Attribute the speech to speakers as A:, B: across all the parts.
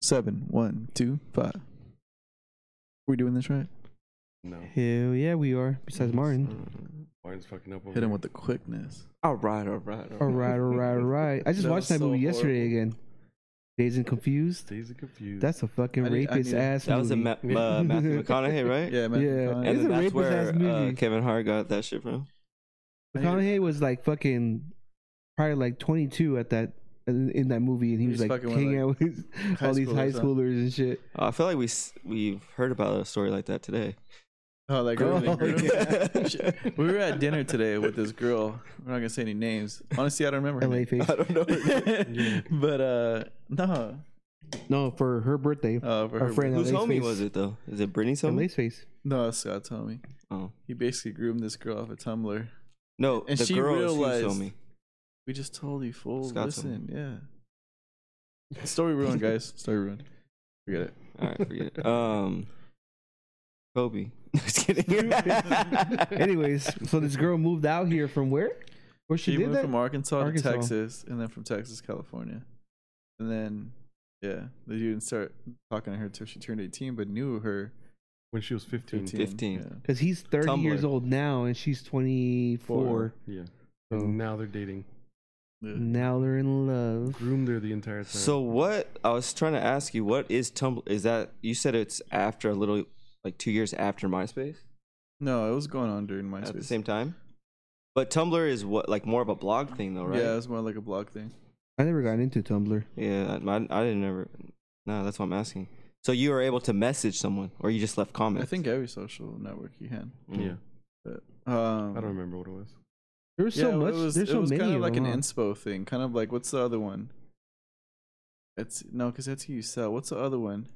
A: seven. One, two, five. We doing this right?
B: No.
C: Hell yeah, we are. Besides Martin.
B: Martin's fucking up over
A: Hit him
B: here.
A: with the quickness. All right, all right,
C: All right, all right, all right. I just
A: That
C: watched
A: was
C: that
A: so
C: movie yesterday
A: horrible.
C: again. Dazed and confused.
B: Days are confused.
C: That's a fucking
A: I need- I
C: rapist
A: need-
C: ass.
D: That was a
C: movie.
D: Ma- uh, Matthew McConaughey, right?
A: Yeah, man.
C: Yeah.
D: And
C: It's
D: then
C: a
D: that's
C: rapist-ass
D: where uh,
C: movie.
D: Kevin Hart got that shit from.
C: McConaughey was like fucking probably like 22 at that in in that movie, and he
A: He
C: was
A: was
C: like
A: fucking with,
C: hanging
A: like,
C: out with
A: high
C: all these high
A: schoolers, huh?
C: schoolers and shit.
D: Uh, I feel like we s- we've heard about a story like that today.
A: Oh, that girl.
C: Oh,
A: we were at dinner today with this girl. We're not gonna say any names. Honestly, I don't remember. her
C: LA face.
D: I don't know.
A: name. but uh, no.
C: No, for her birthday,
A: Uh, for
C: Our
A: her-
C: friend-
D: Whose
C: LA
D: homie
C: face.
D: was it though? Is it Britney's homie?
C: LA's face.
A: no, that's Scott Tommy.
D: Oh.
A: He basically groomed this girl off a Tumblr.
D: No,
A: And
D: the
A: she
D: girl
A: realized-
D: is whose homie.
A: We just told you, fool.
D: Scott's
A: Listen, yeah. Story ruined, guys. Story ruined. Forget it.
D: All right, forget it. Um, Kobe. Just kidding.
C: Anyways, so this girl moved out here from where? Where she,
A: She,
C: did
A: moved
C: that?
A: from Arkansas,
C: Arkansas.
A: to Texas, and then from Texas, California, and then yeah, they didn't start talking to her until she turned eighteen, but knew her
B: when she was 15.
A: 15.
D: 15.
A: yeah.
C: Because he's 30
D: Tumblr.
C: years old now, and she's 24.
B: Yeah.
C: So
B: And now they're dating.
A: Yeah.
C: now they're in love.
B: Groomed her the entire time.
D: so what? I was trying to ask you, what is Tumblr? Is that you said it's after a little, like two years after MySpace
A: No, it was going on during MySpace.
D: at the same time. But Tumblr is what, like more of a blog thing though, right?
A: Yeah, it was more like a blog thing.
C: I never got into Tumblr.
D: Yeah, I, I- I didn't ever. No, that's what I'm asking. So you were able to message someone, or you just left
A: I
D: comments?
A: think every social network you had.
D: Mm.
B: Yeah.
A: Um,
B: I don't remember what it was.
C: There was
A: Yeah,
C: so much.
A: It was,
C: there's
A: it
C: so
A: was
C: many.
A: kind of like
C: them,
A: an
C: huh?
A: inspo thing. Kind of like what's the other one? It's no, because that's who you sell. What's the other one?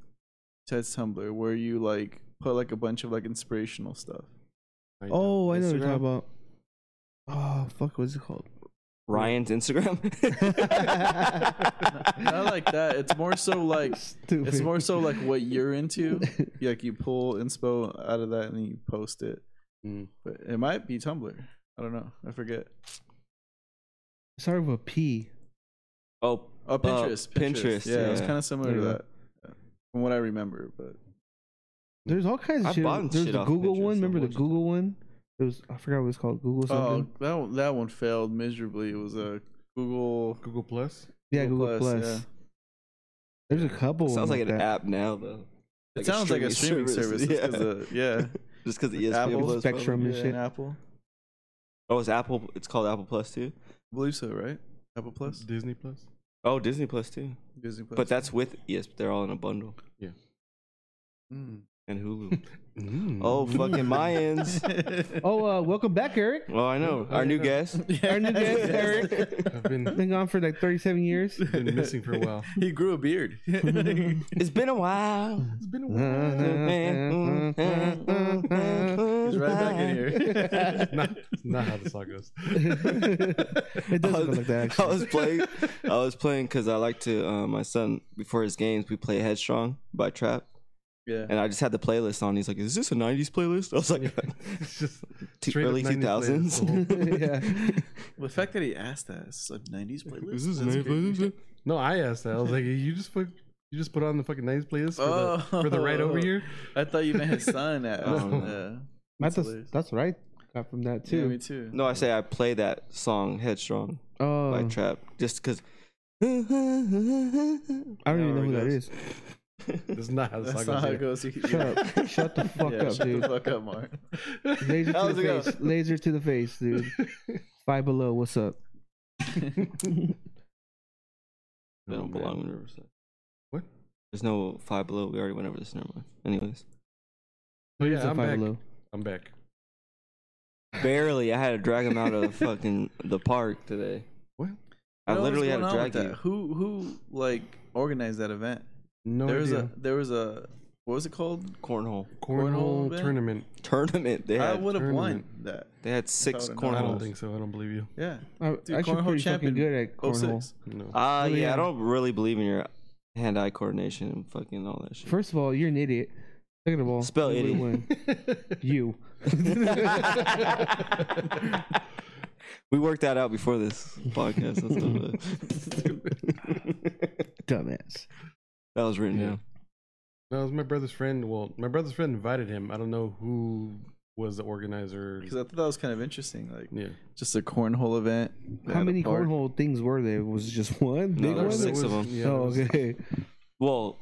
A: Ted's Tumblr, where you like put like a bunch of like inspirational stuff.
B: I don't.
C: Oh, I know what you're
D: Instagram?
C: talking about. Oh fuck, what's it called?
D: Ryan's Instagram.
A: Not like that. It's more so like
C: Stupid.
A: it's more so like what you're into. You, like you pull inspo out of that and then you post it.
B: Mm.
A: But it might be Tumblr. I don't know. I forget.
C: Start with a P.
D: oh,
A: Oh, Pinterest. Pinterest.
D: Pinterest,
A: Yeah, it's
D: yeah.
A: kind of similar to
C: Yeah.
A: that, from what I remember. But
C: There's all kinds of
D: I've
C: shit.
D: bought
C: There's
D: shit
C: the
D: off
C: Google
D: Pinterest,
C: one. Remember the
D: unfortunately.
C: Google one? It was I forgot what it was called. Google
A: oh,
C: something.
A: that one, that one failed miserably. It was a Google.
B: Google Plus?
C: yeah, Google, Plus.
A: yeah.
C: There's a couple.
D: sounds like an
C: that.
D: app now though.
A: It sounds like a streaming service. It's
D: Yeah. E
A: 'cause of- Yeah,
D: Just because ESPN
A: Apple
D: Plus probably-
C: Spectrum. and
A: Yeah,
C: shit.
A: Apple.
D: Oh, it's Apple. It's called Apple Plus too.
A: I believe so, right? Apple Plus,
B: Disney Plus?
D: Oh, Disney Plus too.
A: Disney Plus.
D: But that's with E yes, they're all in a bundle
A: Mm.
D: and Hulu.
B: Mm.
D: oh, fucking Mayans.
C: Oh, uh, welcome back, Eric.
D: Well, I know our new guest.
C: Our new guest,
A: Yes.
C: Eric.
B: I've been,
C: Been gone for like 37 years.
B: been missing for a while.
A: he grew a beard. He's
D: It's been a while.
B: It's been a
D: He's
A: right back in here.
B: It's not, it's not how the song goes.
C: it
D: I
C: doesn't
D: was-
C: look like that.
D: I
C: Actually.
D: was playing. I was playing because I like to. Uh, my son before his games, we play Headstrong by Trap,
A: yeah.
D: and I just had the playlist on. He's like, "Is this a '90s playlist?" I was like,
B: It's just
D: Two-
B: straight up
D: "Early
B: 90s
D: 2000s."
B: playlist.
C: yeah.
A: The fact that he asked that is a '90s playlist.
D: Is this a
A: That's
D: 90s
A: crazy.
D: playlist?
B: No, I asked that. I was like, you just put you just put on the fucking 90s playlist for, the, for the right over
A: Oh.
B: here.
A: I thought you meant his son. uh, At,
D: Oh, no.
A: yeah.
C: That's,
A: hilarious.
C: that's what I got from that
A: Yeah, me
C: too.
A: too.
D: No, I say I play that song Headstrong
C: oh,
D: by Trap just because. I don't
C: I don't even know who that is.
B: That's not how the
A: That's
B: song
A: not
B: goes.
A: how it
B: either.
A: goes. You,
C: Shut up. Shut the fuck
A: yeah,
C: up,
A: shut
C: dude.
A: the fuck up, Mark.
C: Laser to
D: How's
C: the
D: it go?
C: face. Laser to the face, dude. Five below, what's up?
D: They
B: Oh,
D: don't
B: man.
D: belong in Riverside.
B: What?
D: There's no Five Below. We already went over this. Never mind. Anyways,
B: But
C: Who's
B: yeah,
C: the
B: I'm
C: five
B: back.
C: below?
B: I'm back.
D: barely. I had to drag him out of fucking the park today.
B: What?
D: I
A: know what's
D: literally had
A: going
D: to
A: on with
D: drag you.
A: that. Who who like organized that event?
B: No
A: there was
B: idea.
A: a there was a what was it called?
D: Cornhole
A: cornhole
B: cornhole
A: event?
B: tournament.
D: tournament. They
A: I
D: had
A: would have won
B: tournament.
A: that.
D: they had six
A: I would've known.
B: I don't
D: cornholes.
B: think so. I don't believe you.
A: Yeah,
C: I'm
A: Dude,
C: actually
A: cornhole
C: pretty
A: champion.
C: fucking good at
A: oh
C: cornhole.
A: six.
B: No.
D: Ah,
C: Oh,
D: yeah,
C: yeah.
D: I don't really believe in your hand-eye coordination and fucking all that shit.
C: First of all, you're an idiot. Second of all,
D: Spell
C: you
D: idiot.
C: would've won. you.
D: we worked that out before this podcast. That's not bad.
C: Dumbass.
D: That was written
B: Yeah.
D: down.
B: No, it was my brother's friend. Well, my brother's friend invited him. I don't know who was the organizer.
A: Because I thought that was kind of interesting, like
B: Yeah,
A: just a cornhole event.
C: How
A: at a
C: many
A: park.
C: cornhole things were there? Was it just one
D: No,
C: big
D: there
C: one?
D: were six of
B: was-
D: them.
B: Yeah, there
C: oh,
B: was-
C: okay.
D: Well,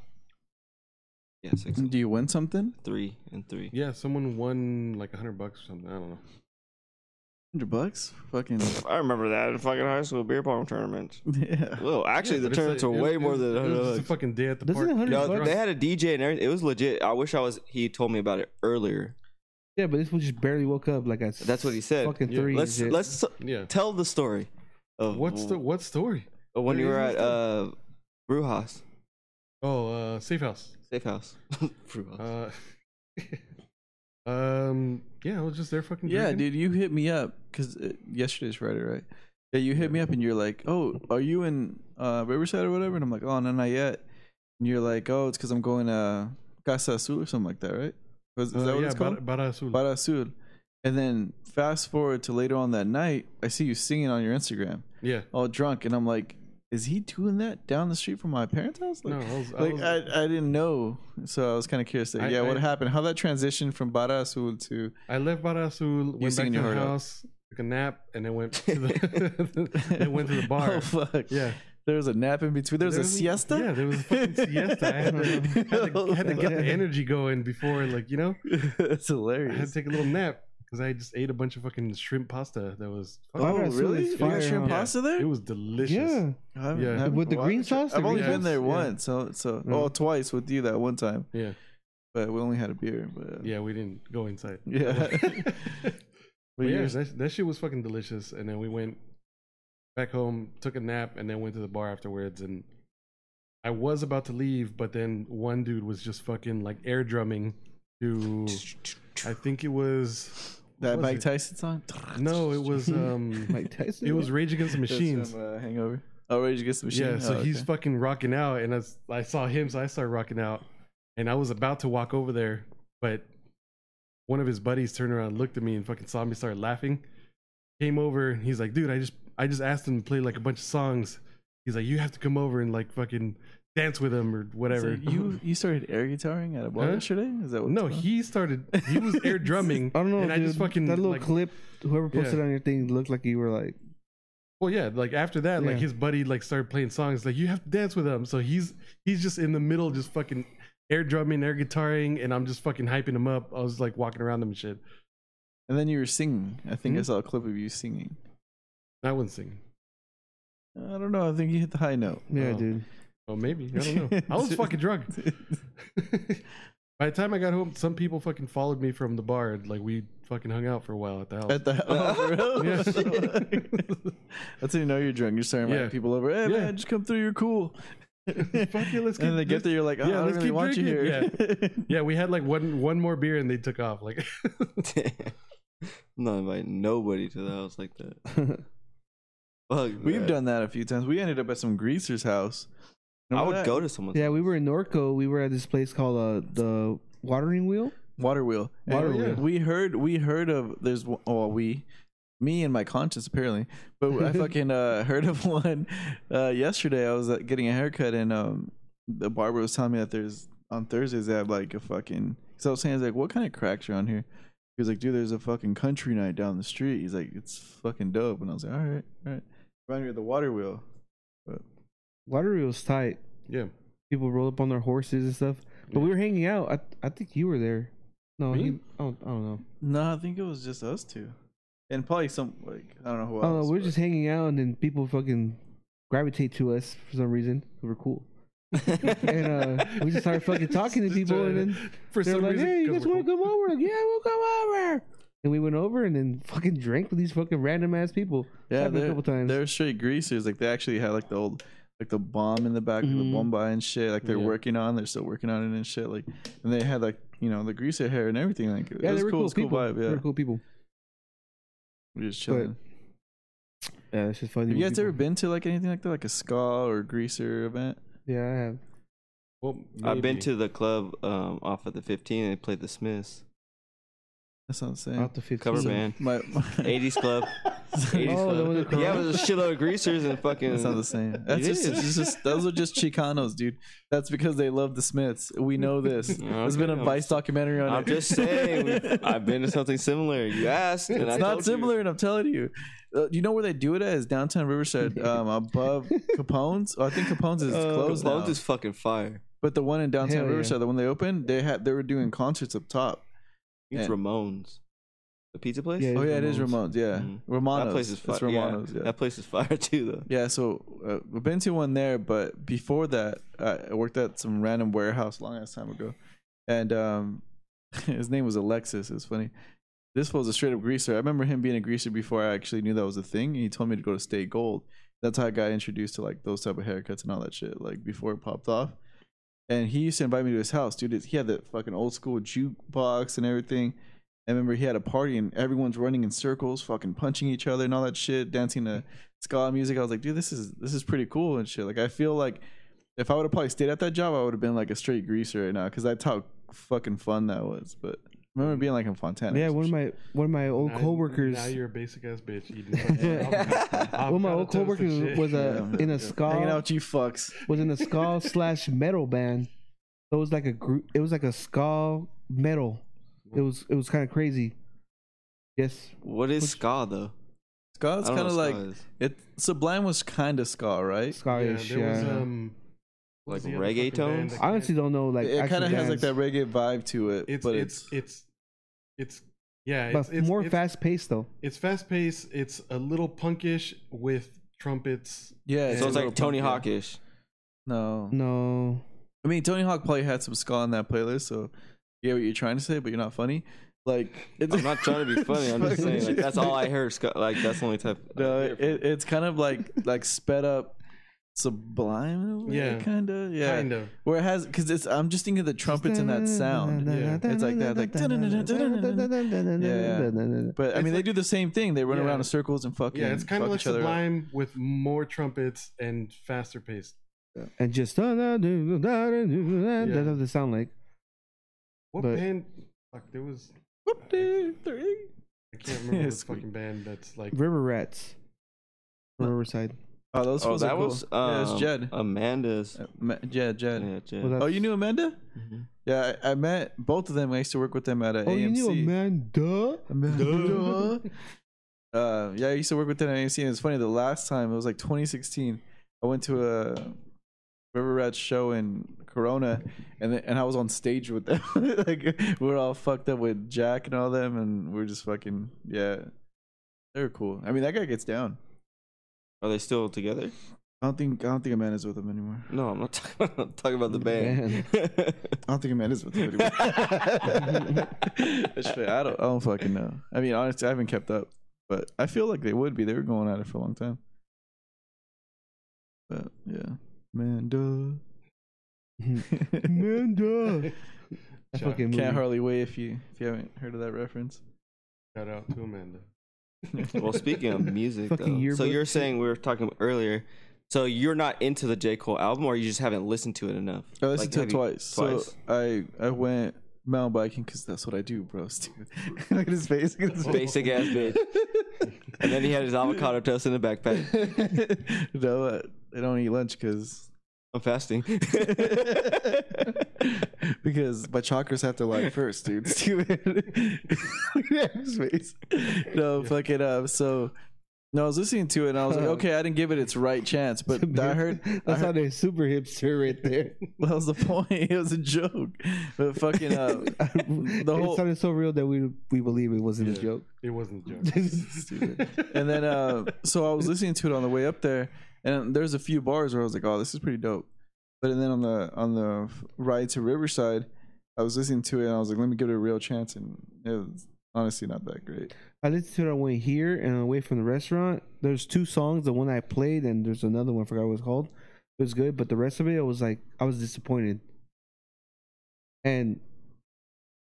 D: yeah, six,
A: Do you win something?
D: three, and three.
B: yeah, someone won like a hundred bucks or something. I don't know.
A: Hundred bucks? Fucking
D: I remember that in fucking high school beer pong tournament.
A: yeah.
D: Well, actually,
B: Yeah,
D: the
B: but it's
D: tournaments
B: like-
D: were
B: it-
D: way
B: it-
D: more than
B: it was just a
D: 100 bucks.
B: fucking day at the
C: Doesn't
B: park.
C: 100
D: No,
C: bucks-
D: they had a DJ and everything. It was legit. I wish I was. He told me about it earlier.
C: Yeah, but this one just barely woke up like at
D: That's what he said.
C: Fucking
B: Yeah.
C: three.
D: Let's
C: and shit.
D: let's
B: Yeah.
D: tell the story. Of
B: What's the what story?
D: when you
B: there
D: were
B: is
D: at
B: no
D: uh, Brujas
B: Oh, uh, safe house.
D: Safe House? Brujas.
B: Uh, um, yeah, I was just there fucking.
A: Yeah,
B: drinking.
A: dude, you hit me up because yesterday's Friday, right? Yeah, you hit me up and you're like, "Oh, are you in uh, Riverside or whatever?" And I'm like, "Oh, no, not yet." And you're like, "Oh, it's because I'm going to Casa Azul or something like that, right?" Was, is
B: Uh,
A: that what
B: yeah,
A: it's called?
B: Bar- Barra Azul.
A: Para Azul. And then fast forward to later on that night, I see you singing on your Instagram,
B: yeah.
A: all drunk, and I'm like, "Is he doing that down the street from my parents' house?" Like,
B: No, I was. I
A: like
B: was-
A: I, I didn't know, so I was kind of curious. That,
B: I-
A: yeah, what
B: I-
A: happened? How that transitioned from Barra Azul to
B: I left Barra Azul, went back
A: singing
B: to
A: your
B: the
A: heart out.
B: house, took a nap, and then went to the, then went to the bar.
A: Oh fuck!
B: Yeah.
A: there was a nap in between. There was a siesta.
B: Yeah, there was a fucking siesta. I had to, had to, had to get the energy going before, like, you know,
A: That's
B: I had
A: hilarious.
B: to take a little nap because I just ate a bunch of fucking shrimp pasta that was
C: Oh,
A: Oh
C: Barra Azul
A: really?
C: is
A: You got
C: fire,
A: shrimp
C: huh?
A: pasta there?
B: it was delicious.
C: yeah.
A: I haven't-
B: yeah.
A: I haven't-
C: With the
A: well,
C: green
A: actually,
C: sauce, the
A: I've only
B: green
A: been there
B: sauce, yeah.
A: once. So so
C: Mm.
A: oh twice with you that one time,
B: Yeah.
A: but we only had a beer. But
B: Yeah, we didn't go inside.
A: Yeah.
B: but
A: But
B: yeah,
A: you're-
B: that, that shit was fucking delicious. And then we went back home, took a nap, and then went to the bar afterwards. And I was about to leave, but then one dude was just fucking like air drumming to, I think it was
A: that
B: was
A: Mike
B: it?
A: Tyson song.
B: No, it was um,
C: Mike Tyson.
B: it was Rage Against the
A: That's
B: Machines.
A: from, uh, Hangover. Oh, Rage Against the Machine.
B: Yeah, so
A: Oh,
B: he's
A: okay.
B: fucking rocking out, and as I saw him, so I started rocking out, and I was about to walk over there, but one of his buddies turned around, looked at me, and fucking saw me, started laughing, came over, and he's like, "Dude, I just I just asked him to play like a bunch of songs." He's like, "You have to come over and like fucking dance with him or whatever."
A: So you you started air guitaring at a bar
B: Huh?
A: yesterday? Is that what?
B: no,
A: it's called?
B: he started. He was air drumming.
C: I don't know.
B: And I
C: dude.
B: just fucking
C: that little
B: like,
C: clip. Whoever
B: Yeah.
C: posted on your thing looked like you were like.
B: Well, yeah, like after that, like
C: Yeah.
B: his buddy like started playing songs. Like you have to dance with him. So he's he's just in the middle, just fucking air drumming, air guitaring, and I'm just fucking hyping him up. I was like walking around him and shit.
A: And then you were singing. I think I
B: Hmm?
A: saw a clip of you singing.
B: I wasn't singing.
A: I don't know. I think you hit the high note.
C: Yeah,
B: Oh.
C: dude.
B: Oh, maybe I don't know. I was fucking drunk. By the time I got home, some people fucking followed me from the bar. Like we fucking hung out for a while at the house.
A: At the oh, for real?
B: Yeah.
A: That's how you know you're drunk. You're starting to
B: Yeah.
A: invite people over. Hey
B: Yeah.
A: man, just come through. You're cool.
B: Fuck yeah, let's
A: and then
B: keep-
A: they get
B: let's-
A: there. You're like, oh,
B: yeah,
A: I don't
B: let's
A: really
B: keep
A: want you here.
B: yeah, we had like one one more beer and they took off. Like Uh,
D: I'm not inviting nobody to the house like that. Fuck.
A: We've
D: that.
A: done that a few times. We ended up at some greaser's house.
D: I
A: Remember
D: would
A: that?
D: go to someone's.
C: yeah, we were in Norco. We were at this place called uh, the Watering Wheel.
A: Water wheel. And
B: Water wheel.
A: We heard. We heard of. There's. one- Oh, we. Me and my conscience apparently, but I fucking uh, heard of one uh, yesterday. I was uh, getting a haircut and um, the barber was telling me that there's on Thursdays they have like a fucking. So I was saying, I was like, what kind of cracks are on here? He was like, dude, there's a fucking country night down the street. He's like, it's fucking dope. And I was like, all right, all right. Remind me of the water wheel.
C: Water Wheel's tight.
B: yeah,
C: People roll up on their horses and stuff. But we were hanging out. I I think you were there. No,
B: Me?
C: he, I, don't, I don't know.
A: No, I think it was just us two, and probably some like I don't know who
C: I don't
A: else.
C: know. Oh, We're
A: but-
C: just hanging out, and then people fucking gravitate to us for some reason. We were cool, and uh, we just started fucking talking to
B: Just
C: people,
B: trying to-
C: and then
B: for
C: they're
B: some
C: like,
B: reason,
C: "Hey, you
B: 'cause
C: guys
B: we're
C: want to
B: cool.
C: come over?" Like, yeah, we'll come over. And we went over, and then fucking drank with these fucking random ass people.
A: Yeah,
C: Happened a
A: they're,
C: couple times.
A: they're straight greasers. Like they actually had like the old like the bomb in the back of
C: Mhm.
A: the bomba and shit. Like they're
B: Yeah.
A: working on, they're still working on it and shit. Like and they had like you know the greaser hair and everything. Like it
C: Yeah,
A: was
C: they were
A: cool, it
C: cool,
A: was cool
C: people.
A: vibe.
C: They
A: Yeah,
C: were cool people.
A: we're just chilling.
C: Yeah, it's just funny.
A: Have
C: when
A: you guys
C: people-
A: ever been to like anything like that, like a ska or greaser event?
C: Yeah, I have.
B: Well,
D: I've been
B: maybe.
D: to the club um, off of the 15 and they played the Smiths.
A: That's what I'm saying.
C: Out to 15.
D: Cover band.
A: My, my,
D: 80s club. 80s
C: Oh, that was a
D: club. Yeah, it was a shitload of greasers and fucking.
A: That's not the same. That's just,
D: is.
A: it's just those are just Chicanos, dude. That's because they love the Smiths. We know this. There's been a
D: Okay.
A: Vice documentary on
D: I'm
A: it.
D: just saying, we- I've been to something similar. You asked, and I
A: it's
D: told
A: not
D: you.
A: similar, and I'm telling you. Uh, you know where they do it at is downtown Riverside, um, above Capone's. Oh, I think Capone's is
D: Uh,
A: closed
D: Capone's
A: now.
D: is fucking fire.
A: but the one in downtown
C: Hell yeah.
A: Riverside, the one they opened, they had they were doing concerts up top.
D: It's
A: Yeah.
D: Ramones, the pizza place.
C: Yeah,
A: Oh yeah, it is Ramones.
C: Ramones.
A: Yeah,
D: Mhm.
A: Romano's.
D: that place is fire.
A: It's Romano's.
D: yeah.
A: yeah.
D: that place is fire too, though.
A: Yeah, so uh, we've been to one there, but before that, uh, I worked at some random warehouse long ass time ago, and um, his name was Alexis. It's funny. This was a straight up greaser. I remember him being a greaser before I actually knew that was a thing. And he told me to go to State Gold. That's how I got introduced to like those type of haircuts and all that shit. Like before it popped off. And he used to invite me to his house, dude. He had that fucking old school jukebox and everything. I remember he had a party and everyone's running in circles, fucking punching each other and all that shit, dancing to ska music. I was like, dude, this is this is pretty cool and shit. Like, I feel like if I would have probably stayed at that job, I would have been like a straight greaser right now because that's how fucking fun that was. But I remember being like in Fontana.
C: Yeah, one of my one of my old
B: Now-
C: coworkers.
B: Now you're a basic ass bitch. Eating fucking
C: One of my
B: avocado
C: old
B: toast and
C: coworkers
B: shit.
C: was a
A: Yeah.
C: in a
A: hanging
C: ska
A: out with you fucks.
C: was in a ska slash metal band. So it was like a group. It was like a ska metal. It was it was kind of crazy. Yes,
D: What is ska though?
A: Ska is
D: I
A: kind of
D: don't know what
A: like
D: ska is.
A: it. Sublime was kind of ska, right?
C: ska
B: Yeah,
C: ish.
B: there
C: Yeah,
B: was um.
D: Like
B: what's the other
D: reggae
B: fucking band
D: tones?
B: that
C: I honestly don't know. Like
A: it kind
C: actual
A: of has like that
C: bands,
A: reggae vibe to it,
B: it's
A: but
B: it's it's it's yeah
C: but
B: it's, it's
C: more
B: it's,
C: fast paced though.
B: it's fast paced it's a little punkish with trumpets
A: yeah.
D: so
A: a
D: it's
A: little
D: like Tony
A: punk, yeah.
D: Hawkish.
A: No,
C: No,
A: I mean, Tony Hawk probably had some ska on that playlist, so yeah, what you're trying to say, but you're not funny. Like, it's,
D: I'm not trying to be funny. I'm just saying like, that's all I heard. Ska, like that's the only type.
A: No,
D: I hear
A: it, it's kind of like like sped up, sublime.
B: Yeah.
A: Yeah, kind of. Yeah,
B: kind of
A: where it has because it's. I'm just thinking of the trumpets in that sound.
B: Yeah.
A: It's like that, like, Yeah. But I
B: It's
A: mean, they
B: like-
A: do the same thing. They run
B: Yeah.
A: around in circles and fucking.
B: yeah it's kind of
A: fuck
B: like
A: each other up.
B: sublime with more trumpets and faster paced
C: And just that's what they sound like.
B: what
C: But-
B: band fuck there was
A: Whoop, dee, three.
B: i can't remember the
A: Squeak.
B: fucking band that's like
C: River Rats,
A: No.
C: Riverside.
A: Oh, those
D: Oh,
A: fools are
D: that
A: cool.
D: was um,
A: yeah, it's Jed.
D: Amanda's.
A: Uh, Ma- Jed, Jed.
D: Yeah, Jed.
C: Was that-
A: Oh, you knew Amanda?
D: Mhm.
A: Yeah, I, I met both of them. I used to work with them at uh,
C: Oh,
A: AMC.
C: you knew Amanda.
A: Amanda. uh, yeah, I used to work with them at AMC, and it's funny. The last time it was like 2016. I went to a River Rats show in Corona, and then, and I was on stage with them. like we were all fucked up with Jack and all them, and we were just fucking yeah. They were cool. I mean, that guy gets down.
D: Are they still together?
A: I don't think I don't think Amanda's with him anymore.
D: No, I'm not talking about, I'm talking about the band.
A: I don't think Amanda's with him anymore. Shit, I don't I don't fucking know. I mean, honestly, I haven't kept up, but I feel like they would be. They were going at it for a long time. But yeah, Amanda.
C: Amanda. That
B: Shout-
C: fucking
A: Can't
C: movie.
A: hardly wait if you if you haven't heard of that reference.
B: shout out to amanda
D: well, speaking of music,
C: Fucking
D: though, so
C: yearbook
D: you're
C: shit.
D: saying we were talking earlier. So you're not into the J Cole album, or you just haven't listened to it enough?
A: I listened to it
D: have you-
A: Oh, twice. So
D: twice.
A: I I went mountain biking because that's what I do, bro. Stupid. Look at his face. Look at his face.
D: Basic ass bitch. and then he had his avocado toast in the backpack.
A: no, uh, I don't eat lunch because
D: I'm fasting.
A: because my chakras have to lie first, dude. Stupid. Space. No, fucking up. So, no, I was listening to it and I was like, okay, I didn't give it its right chance, but I heard I
C: That's how they super hipster right there.
A: that was the point. It was a joke, but fucking uh, the
C: it
A: whole
C: sounded so real that we we believe it wasn't a
B: Yeah.
C: joke.
B: it wasn't a joke
A: stupid. And then uh, so I was listening to it on the way up there, and there's a few bars where I was like, "Oh, this is pretty dope." But then on the on the ride to Riverside, I was listening to it, and I was like, "Let me give it a real chance," and it was honestly not that great.
C: I listened to it on the way here and away from the restaurant. There's two songs. The one I played and there's another one. I forgot what it's called. It was good, but the rest of it, I was like, I was disappointed. And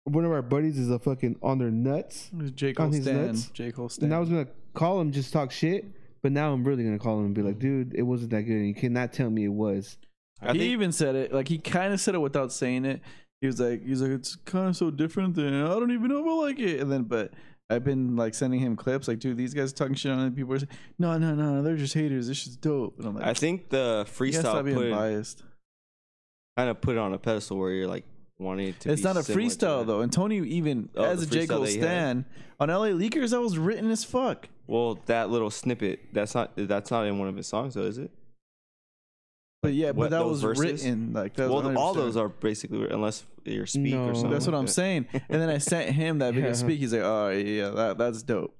C: one of our buddies is a fucking on their nuts,
A: It was J
C: On
A: Cole
C: his
A: Stan.
C: nuts?
A: J Cole Stan.
C: and I was gonna call him just talk shit. But now I'm really gonna call him and be like, dude, it wasn't that good. And you cannot tell me it was.
D: I
A: he
D: think
A: even said it like he kind of said it without saying it. he was like, he's like, it's kind of so different than I don't even know if I like it. And then, but I've been like sending him clips, like, dude, these guys talking shit on it. People are saying, no, no, no, they're just haters. This shit's dope. And I'm like,
D: I think the
A: you gotta
D: freestyle
A: stop being
D: put
A: biased.
D: kind of put it on a pedestal where you're like wanting it to.
A: It's
D: be
A: not a
D: similar to
A: freestyle
D: that.
A: though. And Tony, even
D: Oh,
A: as
D: the
A: a J
D: freestyle
A: Cole
D: that he had.
A: stan on LA Leakers, that was written as fuck.
D: Well, that little snippet. That's not. That's not in one of his songs, though, is it?
A: But yeah, but
D: what,
A: that was
D: those verses?
A: written like that.
D: well,
A: Was
D: all those
A: 100%.
D: are basically unless you're speak
C: No.
D: or something.
A: That's what
D: like
A: I'm
D: that.
A: saying. And then I sent him that video
C: Yeah.
A: speak. He's like, oh yeah, that that's dope.